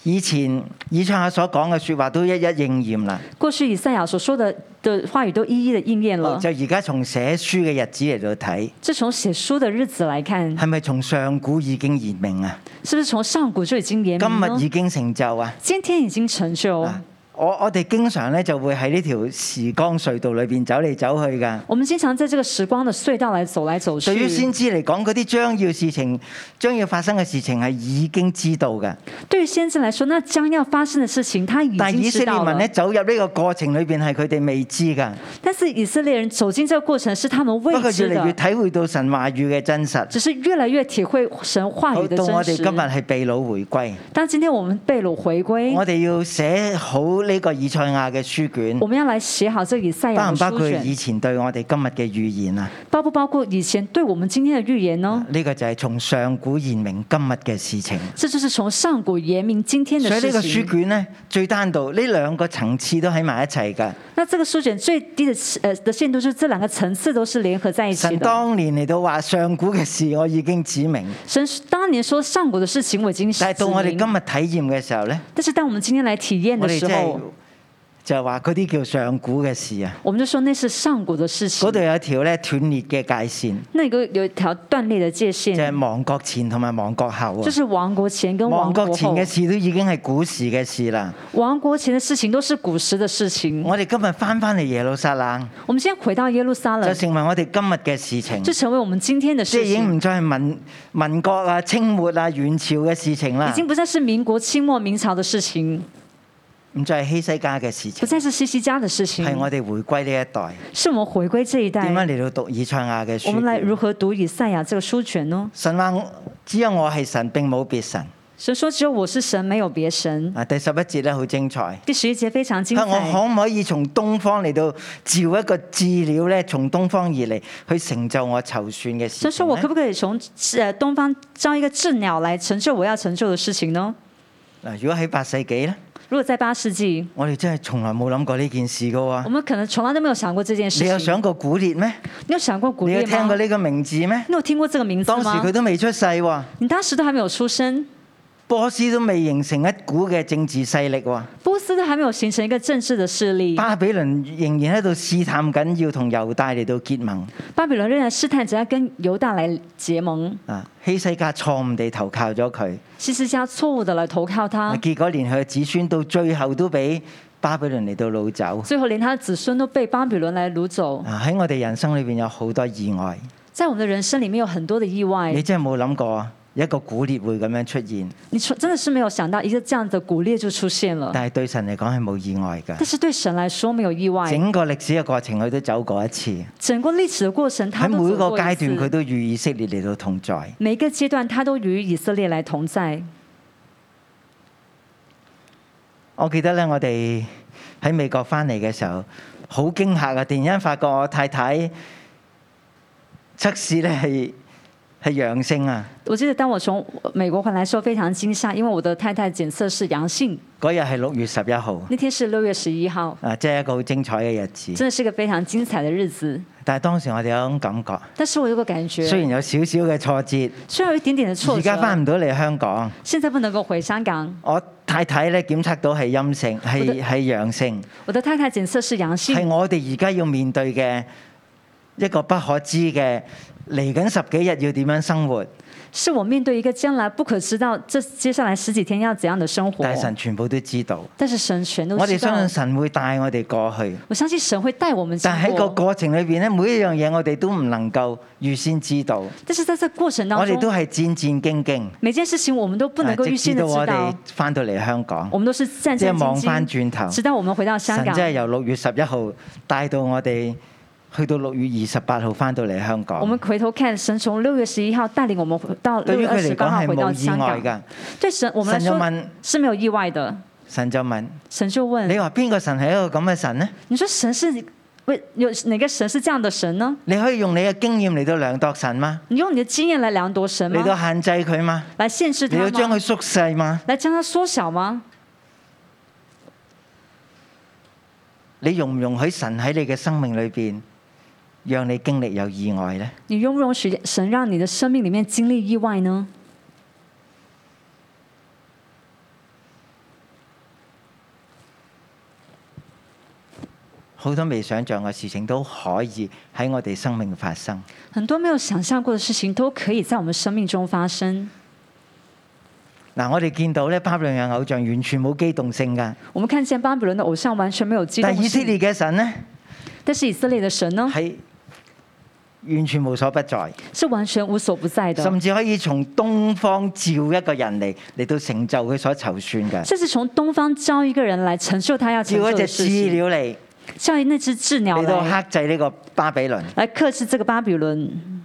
Speaker 2: 以前以賽亞所講嘅説話都一一應驗啦。
Speaker 3: 过去以赛亚所说的的话语都一一的应验了
Speaker 2: 就。而家從寫書嘅日子嚟到睇，
Speaker 3: 这从写书的日子来看，
Speaker 2: 係咪從上古已經言明啊？
Speaker 3: 是不是从上古就已经言
Speaker 2: 今
Speaker 3: 明
Speaker 2: 日
Speaker 3: 呢
Speaker 2: 已？經成就啊！
Speaker 3: 今天已经成就。
Speaker 2: 啊我我哋經常咧就會喺呢條時光隧道裏邊走嚟走去㗎。
Speaker 3: 我们经常在这个时光的隧道来走来走
Speaker 2: 對於
Speaker 3: 去
Speaker 2: 先。知嚟講，嗰啲將要事情、將要發生嘅事情係已經知道嘅。
Speaker 3: 对于先知来说，那将要发生的事情他已
Speaker 2: 但係以
Speaker 3: 经
Speaker 2: 色列
Speaker 3: 知道
Speaker 2: 民咧
Speaker 3: 了。
Speaker 2: 走入呢個過程裏邊係佢哋未知㗎，
Speaker 3: 但是以色列人走进这个过程是他们
Speaker 2: 不
Speaker 3: 未
Speaker 2: 過
Speaker 3: 知
Speaker 2: 越嚟越
Speaker 3: 的，
Speaker 2: 體會到神話語嘅真實。
Speaker 3: 只是越来越体会神话
Speaker 2: 好
Speaker 3: 语的
Speaker 2: 到我
Speaker 3: 真
Speaker 2: 哋今日
Speaker 3: 实。
Speaker 2: 係被擄回歸，
Speaker 3: 当今天我们被掳回归，
Speaker 2: 我哋要寫好呢個以賽亞嘅書卷
Speaker 3: 我，们要来写好这以赛
Speaker 2: 包
Speaker 3: 亚的
Speaker 2: 唔包
Speaker 3: 书
Speaker 2: 括以
Speaker 3: 卷，
Speaker 2: 前對我哋今日嘅預言啊？
Speaker 3: 包不包括以前对我们今天的预言哦呢？
Speaker 2: 呢、個就係從上古言明今日嘅事情。
Speaker 3: 这就是从上古言明今天的
Speaker 2: 所以呢個
Speaker 3: 事
Speaker 2: 書
Speaker 3: 情。
Speaker 2: 卷呢，最單獨呢兩個層次都喺埋一齊㗎。
Speaker 3: 那这个书卷最低的呃的限度就是这两个层次都是联合在一起
Speaker 2: 神
Speaker 3: 的。
Speaker 2: 當年嚟到話上古嘅事，我已經指明。
Speaker 3: 神当年说上古的事情，我已经
Speaker 2: 但係到我哋
Speaker 3: 指明
Speaker 2: 今日體驗嘅時候呢，
Speaker 3: 但是当我们今天来体验
Speaker 2: 我
Speaker 3: 的
Speaker 2: 哋
Speaker 3: 时
Speaker 2: 即係
Speaker 3: 候，
Speaker 2: 就係話嗰啲叫上古嘅事啊，
Speaker 3: 我们就說那是上古的事情
Speaker 2: 嗰。度有一條咧斷裂嘅界線，
Speaker 3: 那個有一條斷裂的界
Speaker 2: 就係、
Speaker 3: 限，
Speaker 2: 亡國前同埋亡國後
Speaker 3: 就
Speaker 2: 啊。
Speaker 3: 是亡國前跟
Speaker 2: 亡
Speaker 3: 亡
Speaker 2: 國
Speaker 3: 國
Speaker 2: 前
Speaker 3: 後
Speaker 2: 嘅。事都已經係古時嘅事啦。
Speaker 3: 亡國前的事情都是古時的事情。
Speaker 2: 我哋今日翻翻嚟耶路撒冷，
Speaker 3: 我們現在回到耶路撒
Speaker 2: 就
Speaker 3: 冷，
Speaker 2: 成為我哋今日嘅事情
Speaker 3: 嗯就。成為我們今天的
Speaker 2: 即係
Speaker 3: 事
Speaker 2: 已經
Speaker 3: 情，
Speaker 2: 唔再係民民國啊、清末啊、元朝嘅事情
Speaker 3: 已
Speaker 2: 啦，
Speaker 3: 經不再是民國、清末、明朝的事情，
Speaker 2: 唔再係希西家嘅事
Speaker 3: 不
Speaker 2: 情，
Speaker 3: 再是西西家的事情，
Speaker 2: 哎係我哋回歸呢一代。
Speaker 3: 是我們回歸這一
Speaker 2: 點樣
Speaker 3: 代。
Speaker 2: 嚟到讀以賽亞嘅
Speaker 3: 我們
Speaker 2: 書
Speaker 3: 來如
Speaker 2: 卷？
Speaker 3: 何讀以賽亞這個書卷呢？
Speaker 2: 神話只有我係神，並冇別神。
Speaker 3: 神說：“只有我是神，沒有別神。
Speaker 2: 啊，第十一節咧好精彩。”
Speaker 3: 第十一節非常精
Speaker 2: 啊！我
Speaker 3: 彩。
Speaker 2: 可唔可以從東方嚟到召一個資料咧？從東方而嚟去成就我籌算嘅
Speaker 3: 神
Speaker 2: 事
Speaker 3: 說：“
Speaker 2: 情
Speaker 3: 我可
Speaker 2: 呢
Speaker 3: 不可以從呃東方招一個鸷鳥來成就我要成就的事情呢？”
Speaker 2: 嗱，如果喺八世紀咧，
Speaker 3: 如果在八世紀，
Speaker 2: 我哋真係從來冇諗過呢件事噶
Speaker 3: 我
Speaker 2: 喎。
Speaker 3: 們可能從來都沒有想過這件
Speaker 2: 啊
Speaker 3: 事
Speaker 2: 你有
Speaker 3: 情。
Speaker 2: 想過古列咩？
Speaker 3: 你有想過古
Speaker 2: 你
Speaker 3: 列
Speaker 2: 有
Speaker 3: 嗎？
Speaker 2: 聽過呢個名字咩？
Speaker 3: 你有聽過這個名字
Speaker 2: 當時佢
Speaker 3: 嗎？
Speaker 2: 都未出世喎，
Speaker 3: 你當時都還沒有出生，
Speaker 2: 波斯都未形成一股嘅政治勢力喎，
Speaker 3: 波斯都還沒有形成一個政治的勢力，
Speaker 2: 巴比倫仍然喺度試探緊要同猶大嚟到結盟
Speaker 3: 巴比倫仍然試探着要跟猶大來結盟，
Speaker 2: 啊！希西家錯誤地投靠咗佢，啊
Speaker 3: 西斯家錯誤的來投靠他，
Speaker 2: 結果連佢嘅子孫到最後都俾巴比倫嚟到擄走。
Speaker 3: 最後連他的子孫都被巴比倫來擄走。
Speaker 2: 啊！喺我哋人生裏邊有好多意外，
Speaker 3: 在我們的人生裡面有很多的意
Speaker 2: 你
Speaker 3: 外，
Speaker 2: 真係冇諗過啊一個古列會咁樣出現，
Speaker 3: 你從真的是沒有想到一個這樣的骨裂就出現了。
Speaker 2: 但係對神嚟講係冇意外
Speaker 3: 但
Speaker 2: 㗎。
Speaker 3: 是對神來說沒有意外，
Speaker 2: 整個歷史嘅過程佢都走過一次，
Speaker 3: 整個歷史的過程他
Speaker 2: 喺
Speaker 3: 都
Speaker 2: 每
Speaker 3: 走
Speaker 2: 個
Speaker 3: 過一
Speaker 2: 階段佢
Speaker 3: 次，
Speaker 2: 都與以色列嚟到同在。
Speaker 3: 每一個階段他都與以色列來同在。
Speaker 2: 我記得咧，我哋喺美國翻嚟嘅時候，好驚嚇啊！突然間發覺我太太測試咧係 (laughs) 係陽性啊！
Speaker 3: 我记得当我从美国回来的时候非常惊吓，因为我的太太检测是阳性，
Speaker 2: 嗰日係六月十一號，
Speaker 3: 那天是六月十一号，
Speaker 2: 啊，即係一個好精彩嘅日子。
Speaker 3: 真的是个非常精彩的日子。
Speaker 2: 但係當時我哋有種感覺，
Speaker 3: 但是我有个感觉，
Speaker 2: 雖然有少少嘅挫折，
Speaker 3: 虽然有一点点的挫
Speaker 2: 而家翻
Speaker 3: 折，
Speaker 2: 唔到嚟香港，
Speaker 3: 现在不能够回香港。
Speaker 2: 我太太咧檢測到係陰性，
Speaker 3: 我
Speaker 2: 係
Speaker 3: 哋
Speaker 2: 係陽性，
Speaker 3: 我的太太检测是阳
Speaker 2: 係
Speaker 3: 性，
Speaker 2: 我哋而家要面對嘅一個不可知嘅，嚟緊十幾日要點樣生活？
Speaker 3: 是我面对一个将来不可知道这接下来十几天要怎样的生活。
Speaker 2: 但係神全部都知道。
Speaker 3: 但是神全都
Speaker 2: 我哋
Speaker 3: 知
Speaker 2: 相
Speaker 3: 道
Speaker 2: 信，神會帶我哋過去，
Speaker 3: 我相信神会带我们经
Speaker 2: 但喺個
Speaker 3: 过。
Speaker 2: 過程裏邊咧，每一樣嘢我哋都唔能夠預先知道，
Speaker 3: 但是在这过程
Speaker 2: 我
Speaker 3: 当
Speaker 2: 哋都
Speaker 3: 中，
Speaker 2: 係戰戰兢兢，
Speaker 3: 每件事情我们都不能够
Speaker 2: 啊
Speaker 3: 预
Speaker 2: 直
Speaker 3: 先
Speaker 2: 至
Speaker 3: 的
Speaker 2: 到
Speaker 3: 知
Speaker 2: 我
Speaker 3: 道
Speaker 2: 哋，翻到嚟香港
Speaker 3: 我，们都是战
Speaker 2: 即
Speaker 3: 战
Speaker 2: 係望
Speaker 3: 兢
Speaker 2: 翻
Speaker 3: 兢，
Speaker 2: 轉頭，
Speaker 3: 直到我们回到香
Speaker 2: 神
Speaker 3: 港
Speaker 2: 真。係由六月十一號帶到我哋去到六月二十八號翻到嚟香
Speaker 3: 我
Speaker 2: 港
Speaker 3: 们。回头看，神从六月十一号带领我们回到
Speaker 2: 對
Speaker 3: 六
Speaker 2: 於
Speaker 3: 月二
Speaker 2: 佢
Speaker 3: 十
Speaker 2: 嚟
Speaker 3: 八
Speaker 2: 講
Speaker 3: 号
Speaker 2: 係
Speaker 3: 回到
Speaker 2: 冇意
Speaker 3: 香
Speaker 2: 外
Speaker 3: 港。
Speaker 2: 㗎。
Speaker 3: 对神我们来
Speaker 2: 神就
Speaker 3: 说
Speaker 2: 問，
Speaker 3: 是没有意外的。
Speaker 2: 神就問：
Speaker 3: 神就问
Speaker 2: 你話邊個神係一個咁嘅神呢？
Speaker 3: 你说神是为有哪个神是这样的神呢？
Speaker 2: 你可以用你嘅經驗嚟到量度神嗎？
Speaker 3: 你用你的经验来量度神
Speaker 2: 嚟到
Speaker 3: 吗？
Speaker 2: 限制佢嗎？
Speaker 3: 来限制
Speaker 2: 你
Speaker 3: 他
Speaker 2: 要將
Speaker 3: 吗？
Speaker 2: 佢縮細嗎？
Speaker 3: 来将它缩小吗？
Speaker 2: 你容唔容許神喺你嘅生命裏邊，讓你經歷有意外呢？
Speaker 3: 你容不容许神让你的生命里面经历意外呢？
Speaker 2: 好多未想像嘅事情都可以喺我哋生命發生。
Speaker 3: 很多没有想象过的事情都可以在我们生命中发生。
Speaker 2: 嗱，我哋見到咧，巴比倫嘅偶像完全冇機動性㗎，
Speaker 3: 我们看见巴比伦的偶像完全没有激
Speaker 2: 但
Speaker 3: 动
Speaker 2: 以色
Speaker 3: 性，
Speaker 2: 列嘅神呢，
Speaker 3: 但是以色列的神呢，
Speaker 2: 係完全無所不在，
Speaker 3: 是完全无所不在的。
Speaker 2: 甚至可以從東方召一個人嚟嚟到成就佢所籌算嘅，
Speaker 3: 这是从东方招一个人来成就他要成
Speaker 2: 召一
Speaker 3: 就
Speaker 2: 隻
Speaker 3: 的事
Speaker 2: 鸷
Speaker 3: 情，
Speaker 2: 鳥嚟
Speaker 3: 叫那只鸷鸟
Speaker 2: 嚟到
Speaker 3: 来
Speaker 2: 克制呢個巴比倫。
Speaker 3: 来克制这个巴比伦，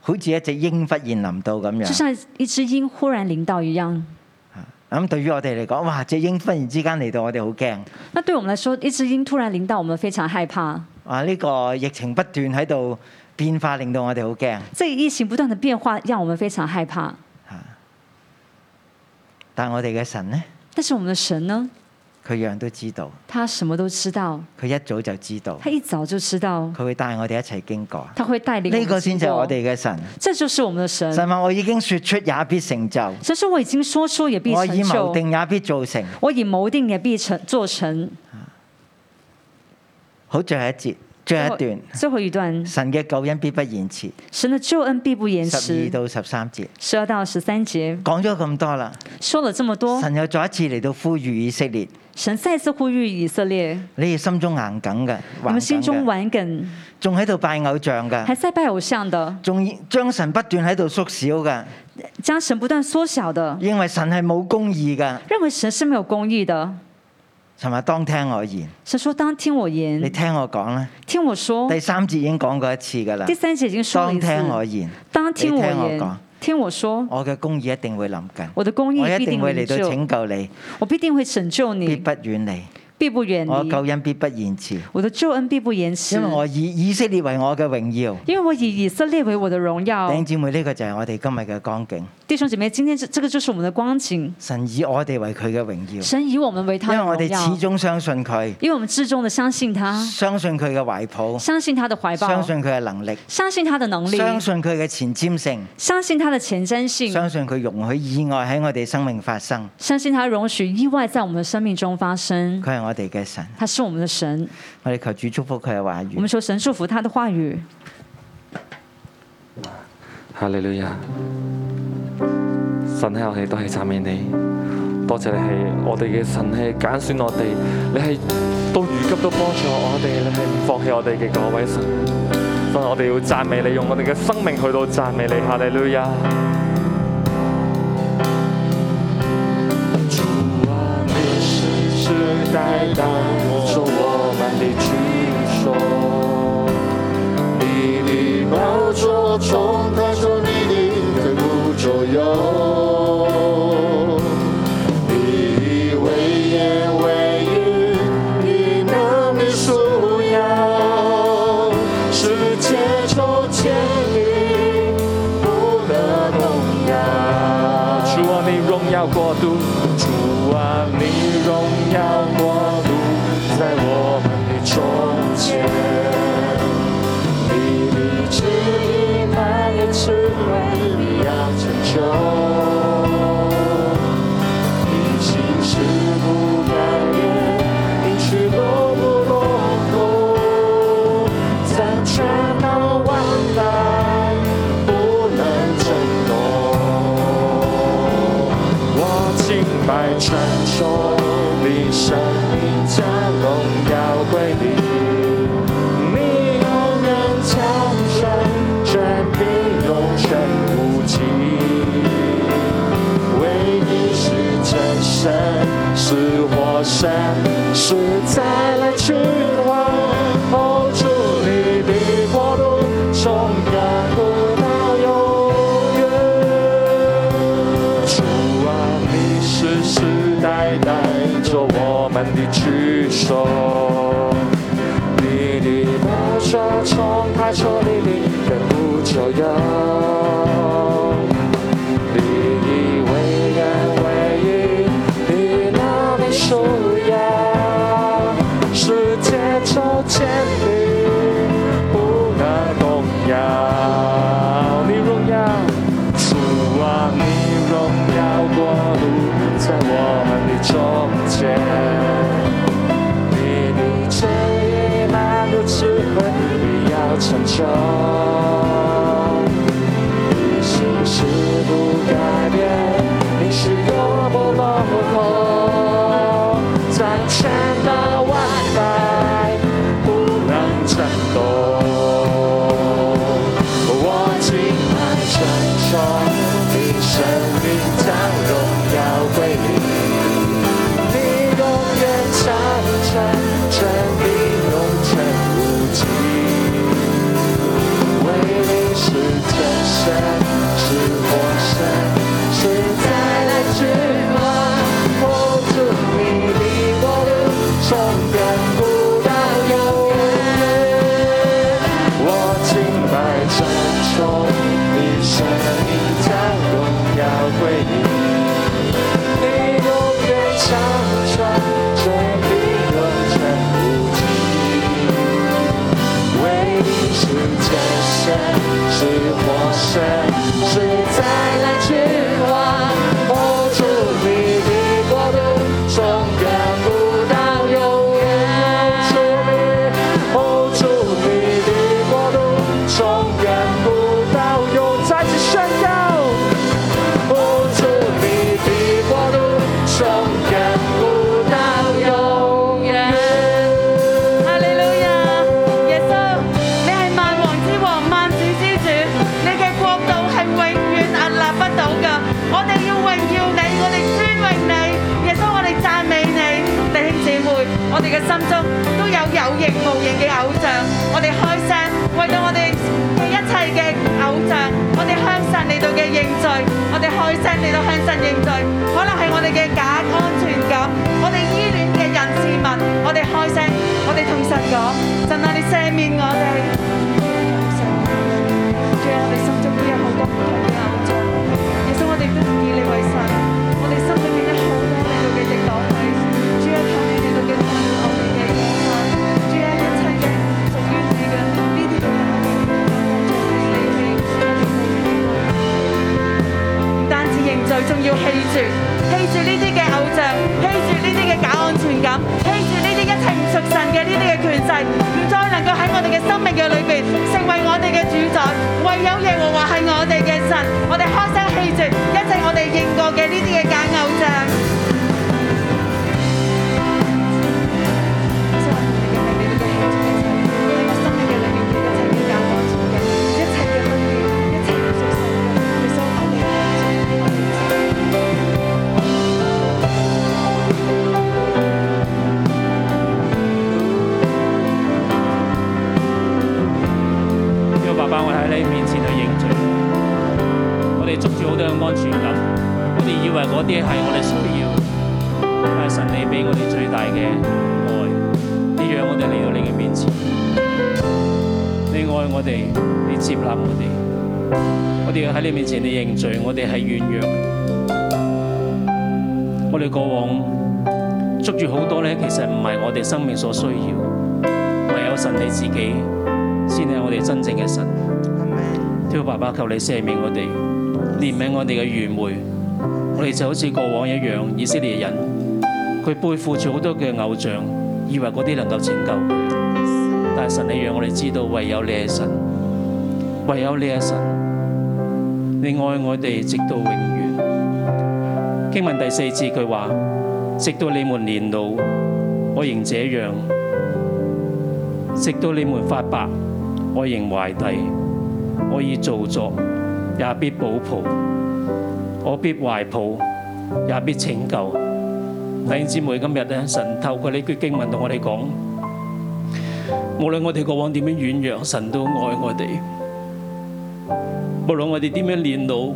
Speaker 2: 好似一隻鷹忽然臨到咁樣，
Speaker 3: 就像一只鹰忽然临到一样。
Speaker 2: 咁對於我哋嚟講，哇！隻鷹忽然之間嚟到，我哋好驚。
Speaker 3: 那对我们来说，一只鹰突然临到，我们非常害怕。
Speaker 2: 啊！呢、個疫情不斷喺度變化，令到我哋好驚。
Speaker 3: 这个疫情不断的变化，让我们非常害怕。
Speaker 2: 啊但我哋嘅神呢，
Speaker 3: 但是我们的神呢，
Speaker 2: 佢樣都知道，
Speaker 3: 他什么都知道，
Speaker 2: 佢一早就知道，
Speaker 3: 他一早就知道，
Speaker 2: 佢會帶我哋一齊經過。
Speaker 3: 他会带领我
Speaker 2: 呢
Speaker 3: 们
Speaker 2: 個先就
Speaker 3: 经
Speaker 2: 係
Speaker 3: 过
Speaker 2: 我哋嘅神。
Speaker 3: 这就是我们的神。
Speaker 2: 神話我已經説出也必成就，
Speaker 3: 神说：“我已经说出，也必
Speaker 2: 我
Speaker 3: 成
Speaker 2: 已
Speaker 3: 就
Speaker 2: 謀；定也必做成。
Speaker 3: 我已谋定，也必成做成。
Speaker 2: 好，最後一節，最後一段，
Speaker 3: 最后一段，
Speaker 2: 神嘅救恩必不延遲。
Speaker 3: 神的救恩必不延
Speaker 2: 十二
Speaker 3: 迟。
Speaker 2: 到十三節
Speaker 3: 十二到十三节
Speaker 2: 講咗咁多啦，
Speaker 3: 说了这么多，
Speaker 2: 神又再一次嚟到呼籲以色列，
Speaker 3: 神再次呼吁以色列：
Speaker 2: 你哋心中硬梗嘅，
Speaker 3: 你
Speaker 2: 還
Speaker 3: 们心中
Speaker 2: 梗嘅，
Speaker 3: 顽梗，
Speaker 2: 仲喺度拜偶像
Speaker 3: 还
Speaker 2: 嘅，
Speaker 3: 在拜偶像的，
Speaker 2: 仲將神不斷喺度縮小嘅。
Speaker 3: 将神不断缩小的，
Speaker 2: 認為神係冇公義㗎，
Speaker 3: 认为神是没有公义的。
Speaker 2: 神話當聽我言，
Speaker 3: 神说：“当听我
Speaker 2: 你
Speaker 3: 言，
Speaker 2: 聽我講啦。
Speaker 3: 听我说。
Speaker 2: 第三節已經講過一次㗎啦”
Speaker 3: 哦第，三节已经说了
Speaker 2: 當
Speaker 3: 一次：“
Speaker 2: 聽我言，
Speaker 3: 当听我
Speaker 2: 你听我
Speaker 3: 言
Speaker 2: 讲，
Speaker 3: 听我说，
Speaker 2: 我嘅公義一定會臨近，
Speaker 3: 我的公义
Speaker 2: 我一
Speaker 3: 必
Speaker 2: 定
Speaker 3: 定
Speaker 2: 會
Speaker 3: 拯
Speaker 2: 嚟到
Speaker 3: 救，
Speaker 2: 拯救你，
Speaker 3: 我必定会拯救
Speaker 2: 必
Speaker 3: 你，
Speaker 2: 不遠離，
Speaker 3: 必不远
Speaker 2: 我
Speaker 3: 离。
Speaker 2: 救恩必不延遲，
Speaker 3: 我的救恩必不延迟
Speaker 2: 因為，我以以色列為我嘅榮耀。
Speaker 3: 因为我以以色列为我的荣
Speaker 2: 弟兄
Speaker 3: 耀。
Speaker 2: 姊妹，呢、個就係我哋今日嘅光景，”
Speaker 3: 弟兄姐妹，今天这这个就是我们的光景。
Speaker 2: 神以我哋為佢嘅榮耀，
Speaker 3: 神以我们为他
Speaker 2: 因為
Speaker 3: 的
Speaker 2: 我
Speaker 3: 荣
Speaker 2: 哋
Speaker 3: 耀，啊
Speaker 2: 始終相信佢，
Speaker 3: 因为我们至终的相信他，
Speaker 2: 相信佢嘅懷抱，
Speaker 3: 相信他的怀抱
Speaker 2: 相，信佢嘅能力，
Speaker 3: 相信他的能力，
Speaker 2: 相信佢嘅前瞻性。
Speaker 3: 相信他的前瞻性，
Speaker 2: 相信佢容許意外喺我哋生命發生，
Speaker 3: 相信他容许意外在我们的生命中发生。
Speaker 2: 佢係我哋嘅神，
Speaker 3: 他是我们的神，
Speaker 2: 我哋求主祝福佢嘅話
Speaker 3: 我
Speaker 2: 語
Speaker 3: 们。求神祝福他的话语。
Speaker 4: 哈利路亞！神喺我哋都係讚美你，多謝你係我哋嘅神，係揀選我哋，你係到如今都幫助我哋，你係唔放棄我哋嘅嗰位神。神，我哋要讚美你，用我哋嘅生命去到讚美你，哈利路亞！主啊，你世世代代受我们的居所。
Speaker 5: 你的宝座从他手里的亘古左右，你的威严为
Speaker 4: 啊耀国度。
Speaker 5: 主啊，你荣耀国度在我们的中间，你的旨意满有智慧，你要成就，你心事不改变，你去落不落空，掌权到万代，不能震动。我敬拜传说，你生命将荣耀归你。你永远强盛，权柄永生无尽。唯一是真神，是活神，是再来君王。哦，主你的国度从亘古到永远。主啊，你世世代代做我们的居所，你的宝座从太初立立，亘古久有。你以为人为义，你那里属羊，世界中坚定，不能动摇。你荣耀，主啊，你荣耀国度在我们的中间。你的旨意满有智慧，你要成就。你心事不改变，你是永不落空，掌权到万代，不能震动。我敬拜称颂，你生命将荣耀归你，你永远长存，真理永存无尽。为你是真神，是活神，是再来之王，我祝你的国度从亘古到永远。我敬拜赞颂你生命将荣耀归你，你永远长存，真理永存无尽。唯一是真神，是活神，是再来之王。哦，主你的国度从亘古到永远。主你，哦，主你的国度从亘古到永远。再次宣告。哦，主你的国度从亘古到永远。
Speaker 6: 哈利路亞！耶穌，你係萬王之王、萬子之主，你嘅國度係永遠屹立不倒噶。我哋要榮耀你，我哋尊榮你，耶穌，我哋讚美你，弟兄姊妹，我哋嘅心中都有有形無形嘅偶像，我哋開聲為到我哋嘅一切嘅偶像，我哋向神嚟到嘅認罪，我哋開聲嚟到向神認罪，可能係我哋嘅假安全感，我哋依戀嘅人事物，我哋開聲，我哋同神講，神啊，你赦免我哋，神啊，主啊，我哋心中都有好多唔同嘅偶像，耶穌，我哋都唔以你為神，我哋心裏面有好多你到嘅敵擋你，主啊，求你嚟到嘅帶領我哋嘅勇敢，主啊，一切嘅屬於你嘅呢啲嘅嘢，主啊，唔單止認罪，仲要棄住，棄住呢啲嘅偶像，棄住呢啲嘅假安全感，棄住呢啲一切唔屬神嘅呢啲嘅權勢，唔再能夠喺我哋嘅生命嘅裏邊成為我哋嘅主宰。唯有耶和華係我哋嘅神，我哋開聲棄住一切我哋認過嘅呢啲嘅假偶像。
Speaker 7: 因為爸爸，我哋喺你面前去認罪，我哋捉住好多嘅安全感，我哋以為嗰啲係我哋需要，但係神你俾我哋最大嘅愛，你讓我哋嚟到你嘅面前，你愛我哋，你接納我哋，我哋要喺你面前你認罪，我哋係軟弱嘅，我哋過往捉住好多咧，其實唔係我哋生命所需要，唯有神你自己先係我哋真正嘅神。天父爸爸，求你赦免我哋，憐憫我哋嘅愚昧。我哋就好似過往一樣，以色列人佢背負住好多嘅偶像，以為嗰啲能夠拯救佢。但係神，你讓我哋知道，唯有你係神，唯有你係神，你愛我哋直到永遠。經文第四節佢話：直到你們年老，我仍這樣；直到你們發白，我仍懷帝。我已造作，也必保抱；我必懷抱，也必拯救。弟兄姊妹，今日咧，神透過呢句經文同我哋講，無論我哋過往點樣軟弱，神都愛我哋。無論我哋點樣練腦，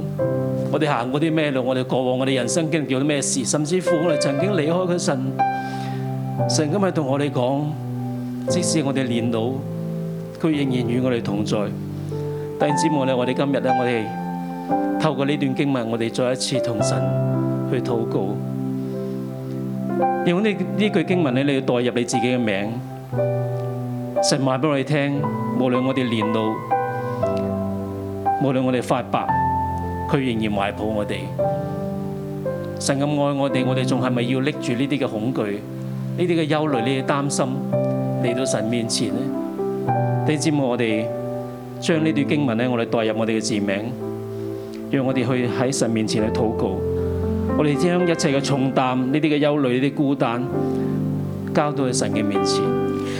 Speaker 7: 我哋行過啲咩路，我哋過往我哋人生經歷咗啲咩事，甚至乎我哋曾經離開佢神，神今日同我哋講，即使我哋練腦，佢仍然與我哋同在。弟兄姊妹咧，我哋今日咧，我哋透過呢段經文，我哋再一次同神去禱告。用呢呢句經文咧，你要代入你自己嘅名。神話俾我哋聽，無論我哋年老，無論我哋發白，佢仍然懷抱我哋。神咁愛我哋，我哋仲係咪要拎住呢啲嘅恐懼、呢啲嘅憂慮、呢啲擔心嚟到神面前呢？弟兄姊妹，我哋。將呢段經文咧，我哋代入我哋嘅字名，讓我哋去喺神面前去禱告。我哋將一切嘅重擔、呢啲嘅憂慮、呢啲孤單，交到去神嘅面前。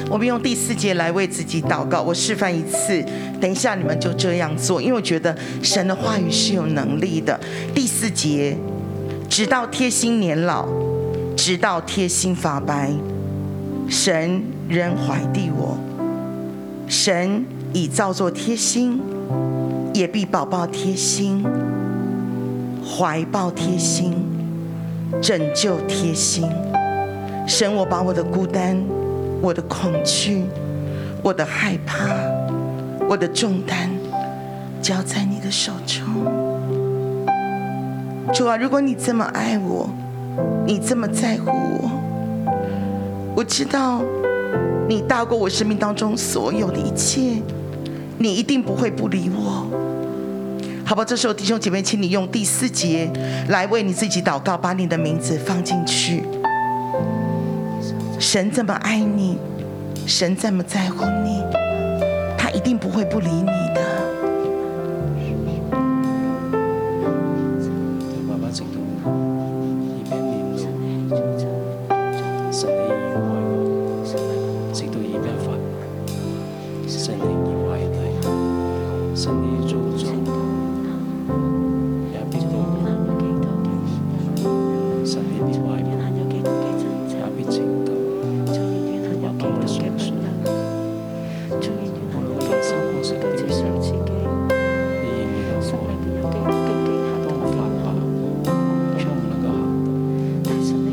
Speaker 8: 我们用第四节来为自己祷告。我示范一次，等一下你们就这样做，因为我觉得神的话语是有能力的。第四节，直到贴心年老，直到贴心发白，神仍怀地我。神已造作贴心，也必宝宝贴心，怀抱贴心，拯救贴心。神，我把我的孤单、我的恐惧、我的害怕、我的重担交在你的手中。主啊，如果你这么爱我，你这么在乎我，我知道你大过我生命当中所有的一切，你一定不会不理我。好吧，这时候弟兄姐妹，请你用第四节来为你自己祷告，把你的名字放进去。神这么爱你，神这么在乎你，他一定不会不理你的。
Speaker 7: 爸爸直到二百年老，神你已愛我，直到二百發，神你已懷帝，神你已造作，也必保護，神你必懷抱，也必拯救。我幫我相信，無論我人生過程點樣，你仍然有愛。當我發白，我唔能夠行，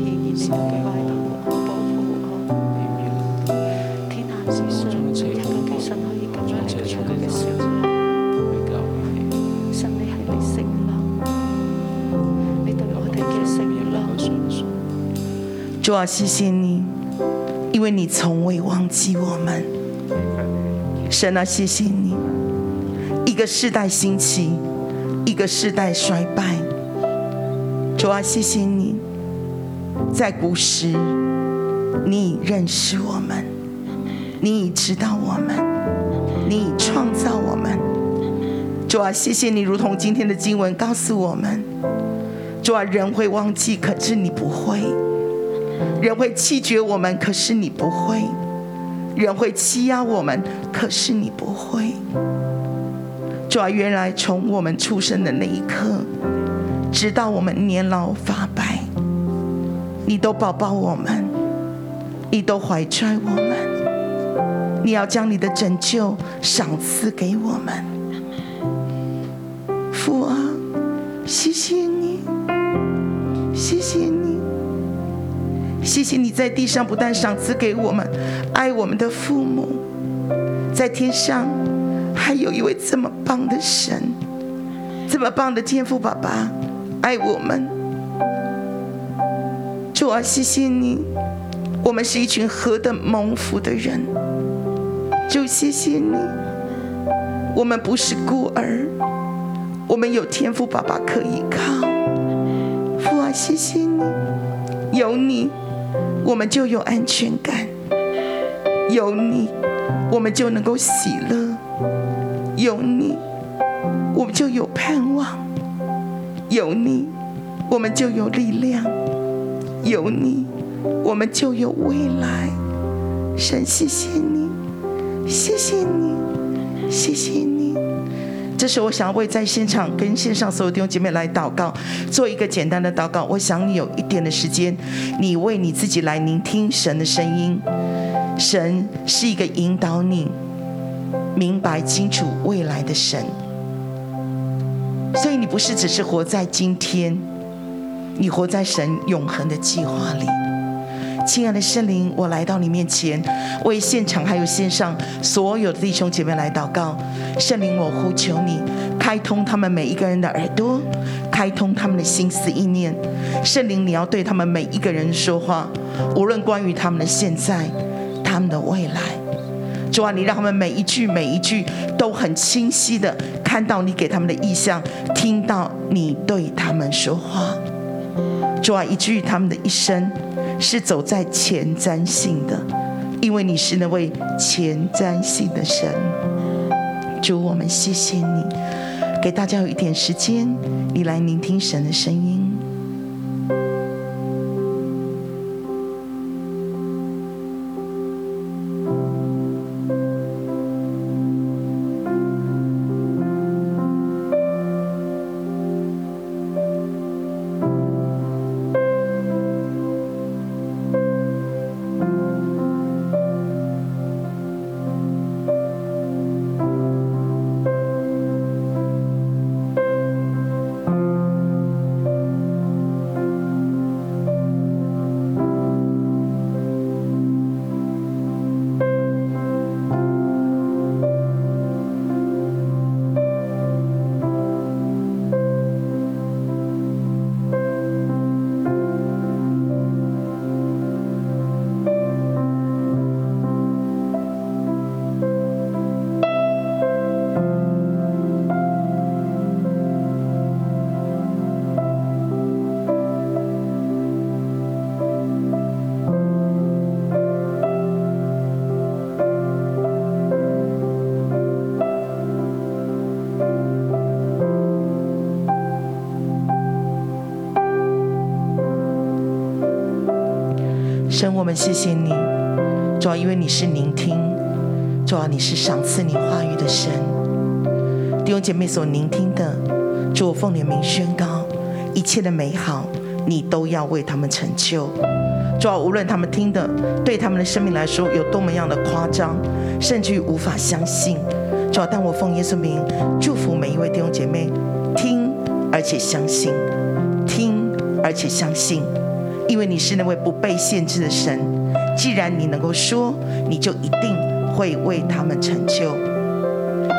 Speaker 7: 啊去教你，你能夠相信。
Speaker 8: 主啊，谢谢你，因为你从未忘记我们。神啊，谢谢你，一个世代兴起，一个世代衰败。主啊，谢谢你，在古时，你已认识我们，你已知道我们，你已创造我们。主啊，谢谢你，如同今天的经文告诉我们，主啊，人会忘记，可是你不会。人会弃绝我们，可是你不会；人会欺压我们，可是你不会。主啊，原来从我们出生的那一刻，直到我们年老发白，你都抱抱我们，你都怀揣我们，你要将你的拯救赏赐给我们。父啊，谢谢你，谢谢你。谢谢你在地上不但赏赐给我们爱我们的父母，在天上还有一位这么棒的神，这么棒的天父爸爸爱我们。主啊，谢谢你，我们是一群何等蒙福的人。主，谢谢你，我们不是孤儿，我们有天父爸爸可以靠。父啊，谢谢你，有你，我们就有安全感；有你，我们就能够喜乐；有你，我们就有盼望；有你，我们就有力量。有你，我们就有未来。神，谢谢你，谢谢你，谢谢你。这时候，我想要为在现场跟线上所有弟兄姐妹来祷告，做一个简单的祷告。我想你有一点的时间，你为你自己来聆听神的声音。神是一个引导你明白清楚未来的神，所以你不是只是活在今天。你活在神永恒的计划里。亲爱的圣灵，我来到你面前，为现场还有线上所有的弟兄姐妹来祷告。圣灵，我呼求你，开通他们每一个人的耳朵，开通他们的心思意念。圣灵，你要对他们每一个人说话，无论关于他们的现在，他们的未来。主啊，你让他们每一句每一句都很清晰的看到你给他们的意向，听到你对他们说话。主啊，以至于他们的一生是走在前瞻性的，因为你是那位前瞻性的神。主，我们谢谢你，给大家有一点时间，你来聆听神的声音。神，我们谢谢你，主啊要因为你是聆听，主啊要你是赏赐你话语的神。弟兄姐妹所聆听的，主我奉你的名宣告，一切的美好，你都要为他们成就。主要无论他们听的对他们的生命来说有多么样的夸张，甚至于无法相信，主要但我奉耶稣名祝福每一位弟兄姐妹，听而且相信，听而且相信。因为你是那位不被限制的神。既然你能够说，你就一定会为他们成就。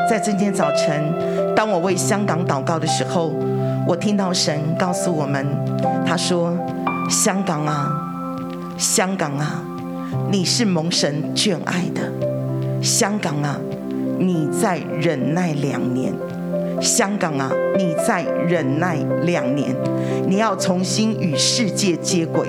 Speaker 8: 在今天早晨，当我为香港祷告的时候，我听到神告诉我们，他说：“香港啊，香港啊，你是蒙神眷爱的。香港啊，你再忍耐两年。”香港啊，你再忍耐两年，你要重新与世界接轨，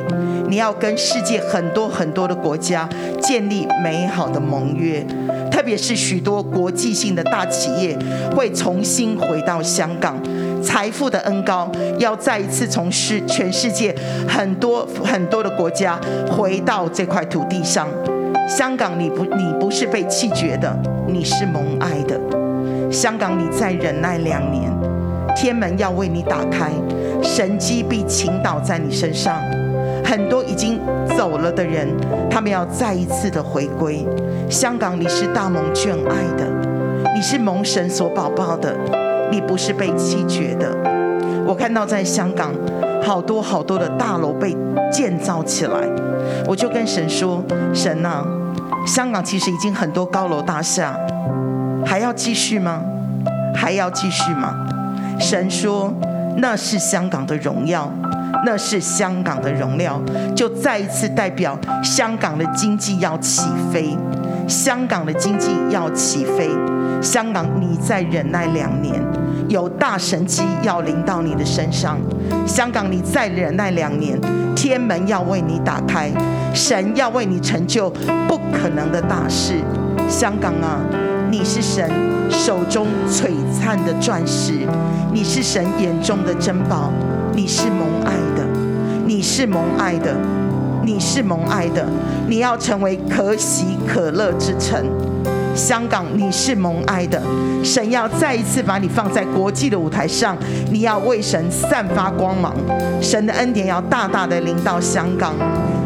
Speaker 8: 你要跟世界很多很多的国家建立美好的盟约，特别是许多国际性的大企业会重新回到香港。财富的恩高要再一次从世全世界很多很多的国家回到这块土地上。香港，你不你不是被弃绝的，你是蒙爱的。香港，你再忍耐两年，天门要为你打开，神机必倾倒在你身上。很多已经走了的人，他们要再一次的回归。香港，你是大蒙眷爱的，你是蒙神所宝宝的，你不是被弃绝的。我看到在香港，好多好多的大楼被建造起来，我就跟神说：“神啊，香港其实已经很多高楼大厦，还要继续吗？还要继续吗？神说，那是香港的荣耀，那是香港的荣耀，就再一次代表香港的经济要起飞，香港的经济要起飞，香港你再忍耐两年，有大神机要临到你的身上，香港你再忍耐两年，天门要为你打开，神要为你成就不可能的大事，香港啊！你是神手中璀璨的钻石，你是神眼中的珍宝，你是蒙爱的，你是蒙爱的，你是蒙爱的，你要成为可喜可乐之城。香港，你是蒙爱的，神要再一次把你放在国际的舞台上，你要为神散发光芒，神的恩典要大大的临到香港。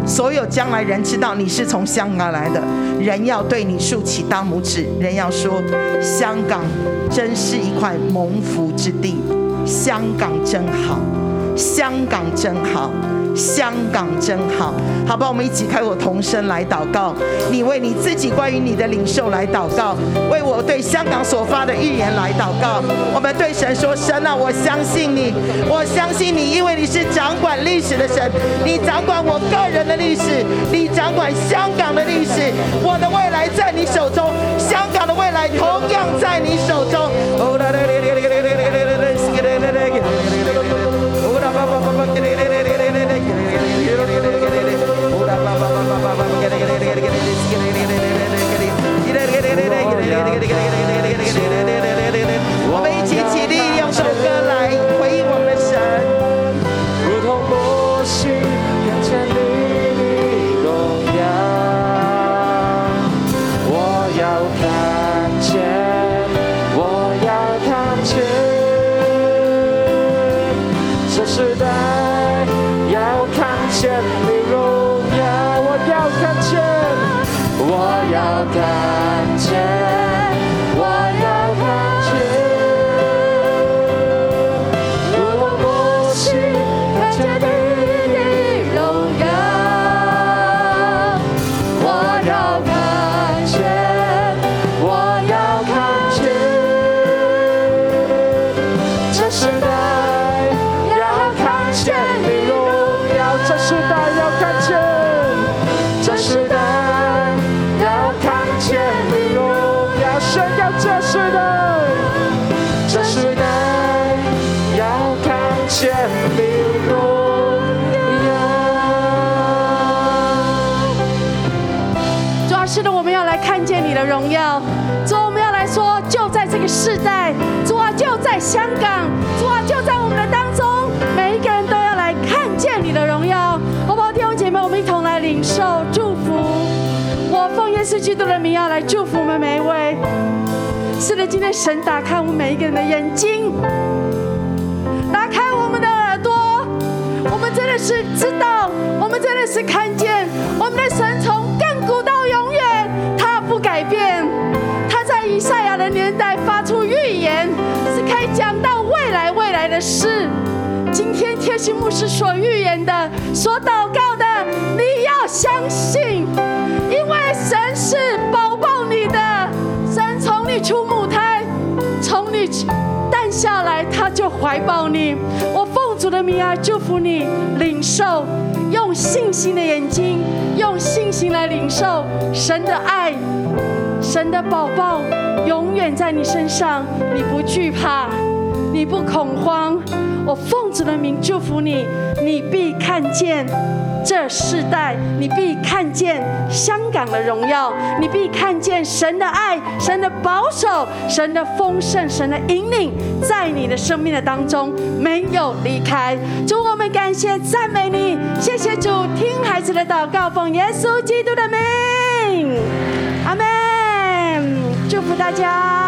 Speaker 8: 所有将来人知道你是从香港来的，人要对你竖起大拇指，人要说：香港真是一块蒙福之地，香港真好，香港真好，香港真好。好吧，我们一起开口同声来祷告，你为你自己关于你的领袖来祷告，为我对香港所发的预言来祷告。我们对神说：神啊，我相信你，我相信你，因为你是掌管历史的神，你掌管我个人的历史，你掌管香港的历史。我的未来在你手中，香港的未来同样在你手中。我们一起起立，用首歌来回应我们的神。
Speaker 5: 如同波西，眼前你的荣耀，我要看见，我要看见，这时代要看见你荣耀，我要看见，我要看见，我要看见。如我过去，看见你的荣耀，我要看见，我要看见，这时代要看见你荣耀，这时代要看见，这时代要看见你荣耀，宣告这时代。这时代要看见你荣耀。
Speaker 6: 主啊，是的，我们要来看见你的荣耀。主啊，我们要来说，就在这个世代，主啊，就在香港，主啊，就在我们的当中，每一个人都要来看见你的荣耀，好不好？弟兄姐妹，我们一同来领受祝福。我奉耶稣基督的名要来祝福我们每一位。是的，今天神打开我们每一个人的眼睛，打开我们的耳朵，我们真的是知道，我们真的是看见，我们的神从亘古到永远，他不改变。他在以赛亚的年代发出预言，是可以讲到未来未来的事。今天贴心牧师所预言的、所祷告的，你要相信，因为神是保抱你的，神从你出母胎，从你诞下来，他就怀抱你。我奉主的名啊，祝福你领受，用信心的眼睛，用信心来领受神的爱，神的宝宝永远在你身上，你不惧怕，你不恐慌。我奉主的名祝福你，你必看见这世代，你必看见香港的荣耀，你必看见神的爱、神的保守、神的丰盛、神的引领，在你的生命的当中没有离开。主，我们感谢赞美你，谢谢主，听孩子的祷告，奉耶稣基督的名，阿门。祝福大家。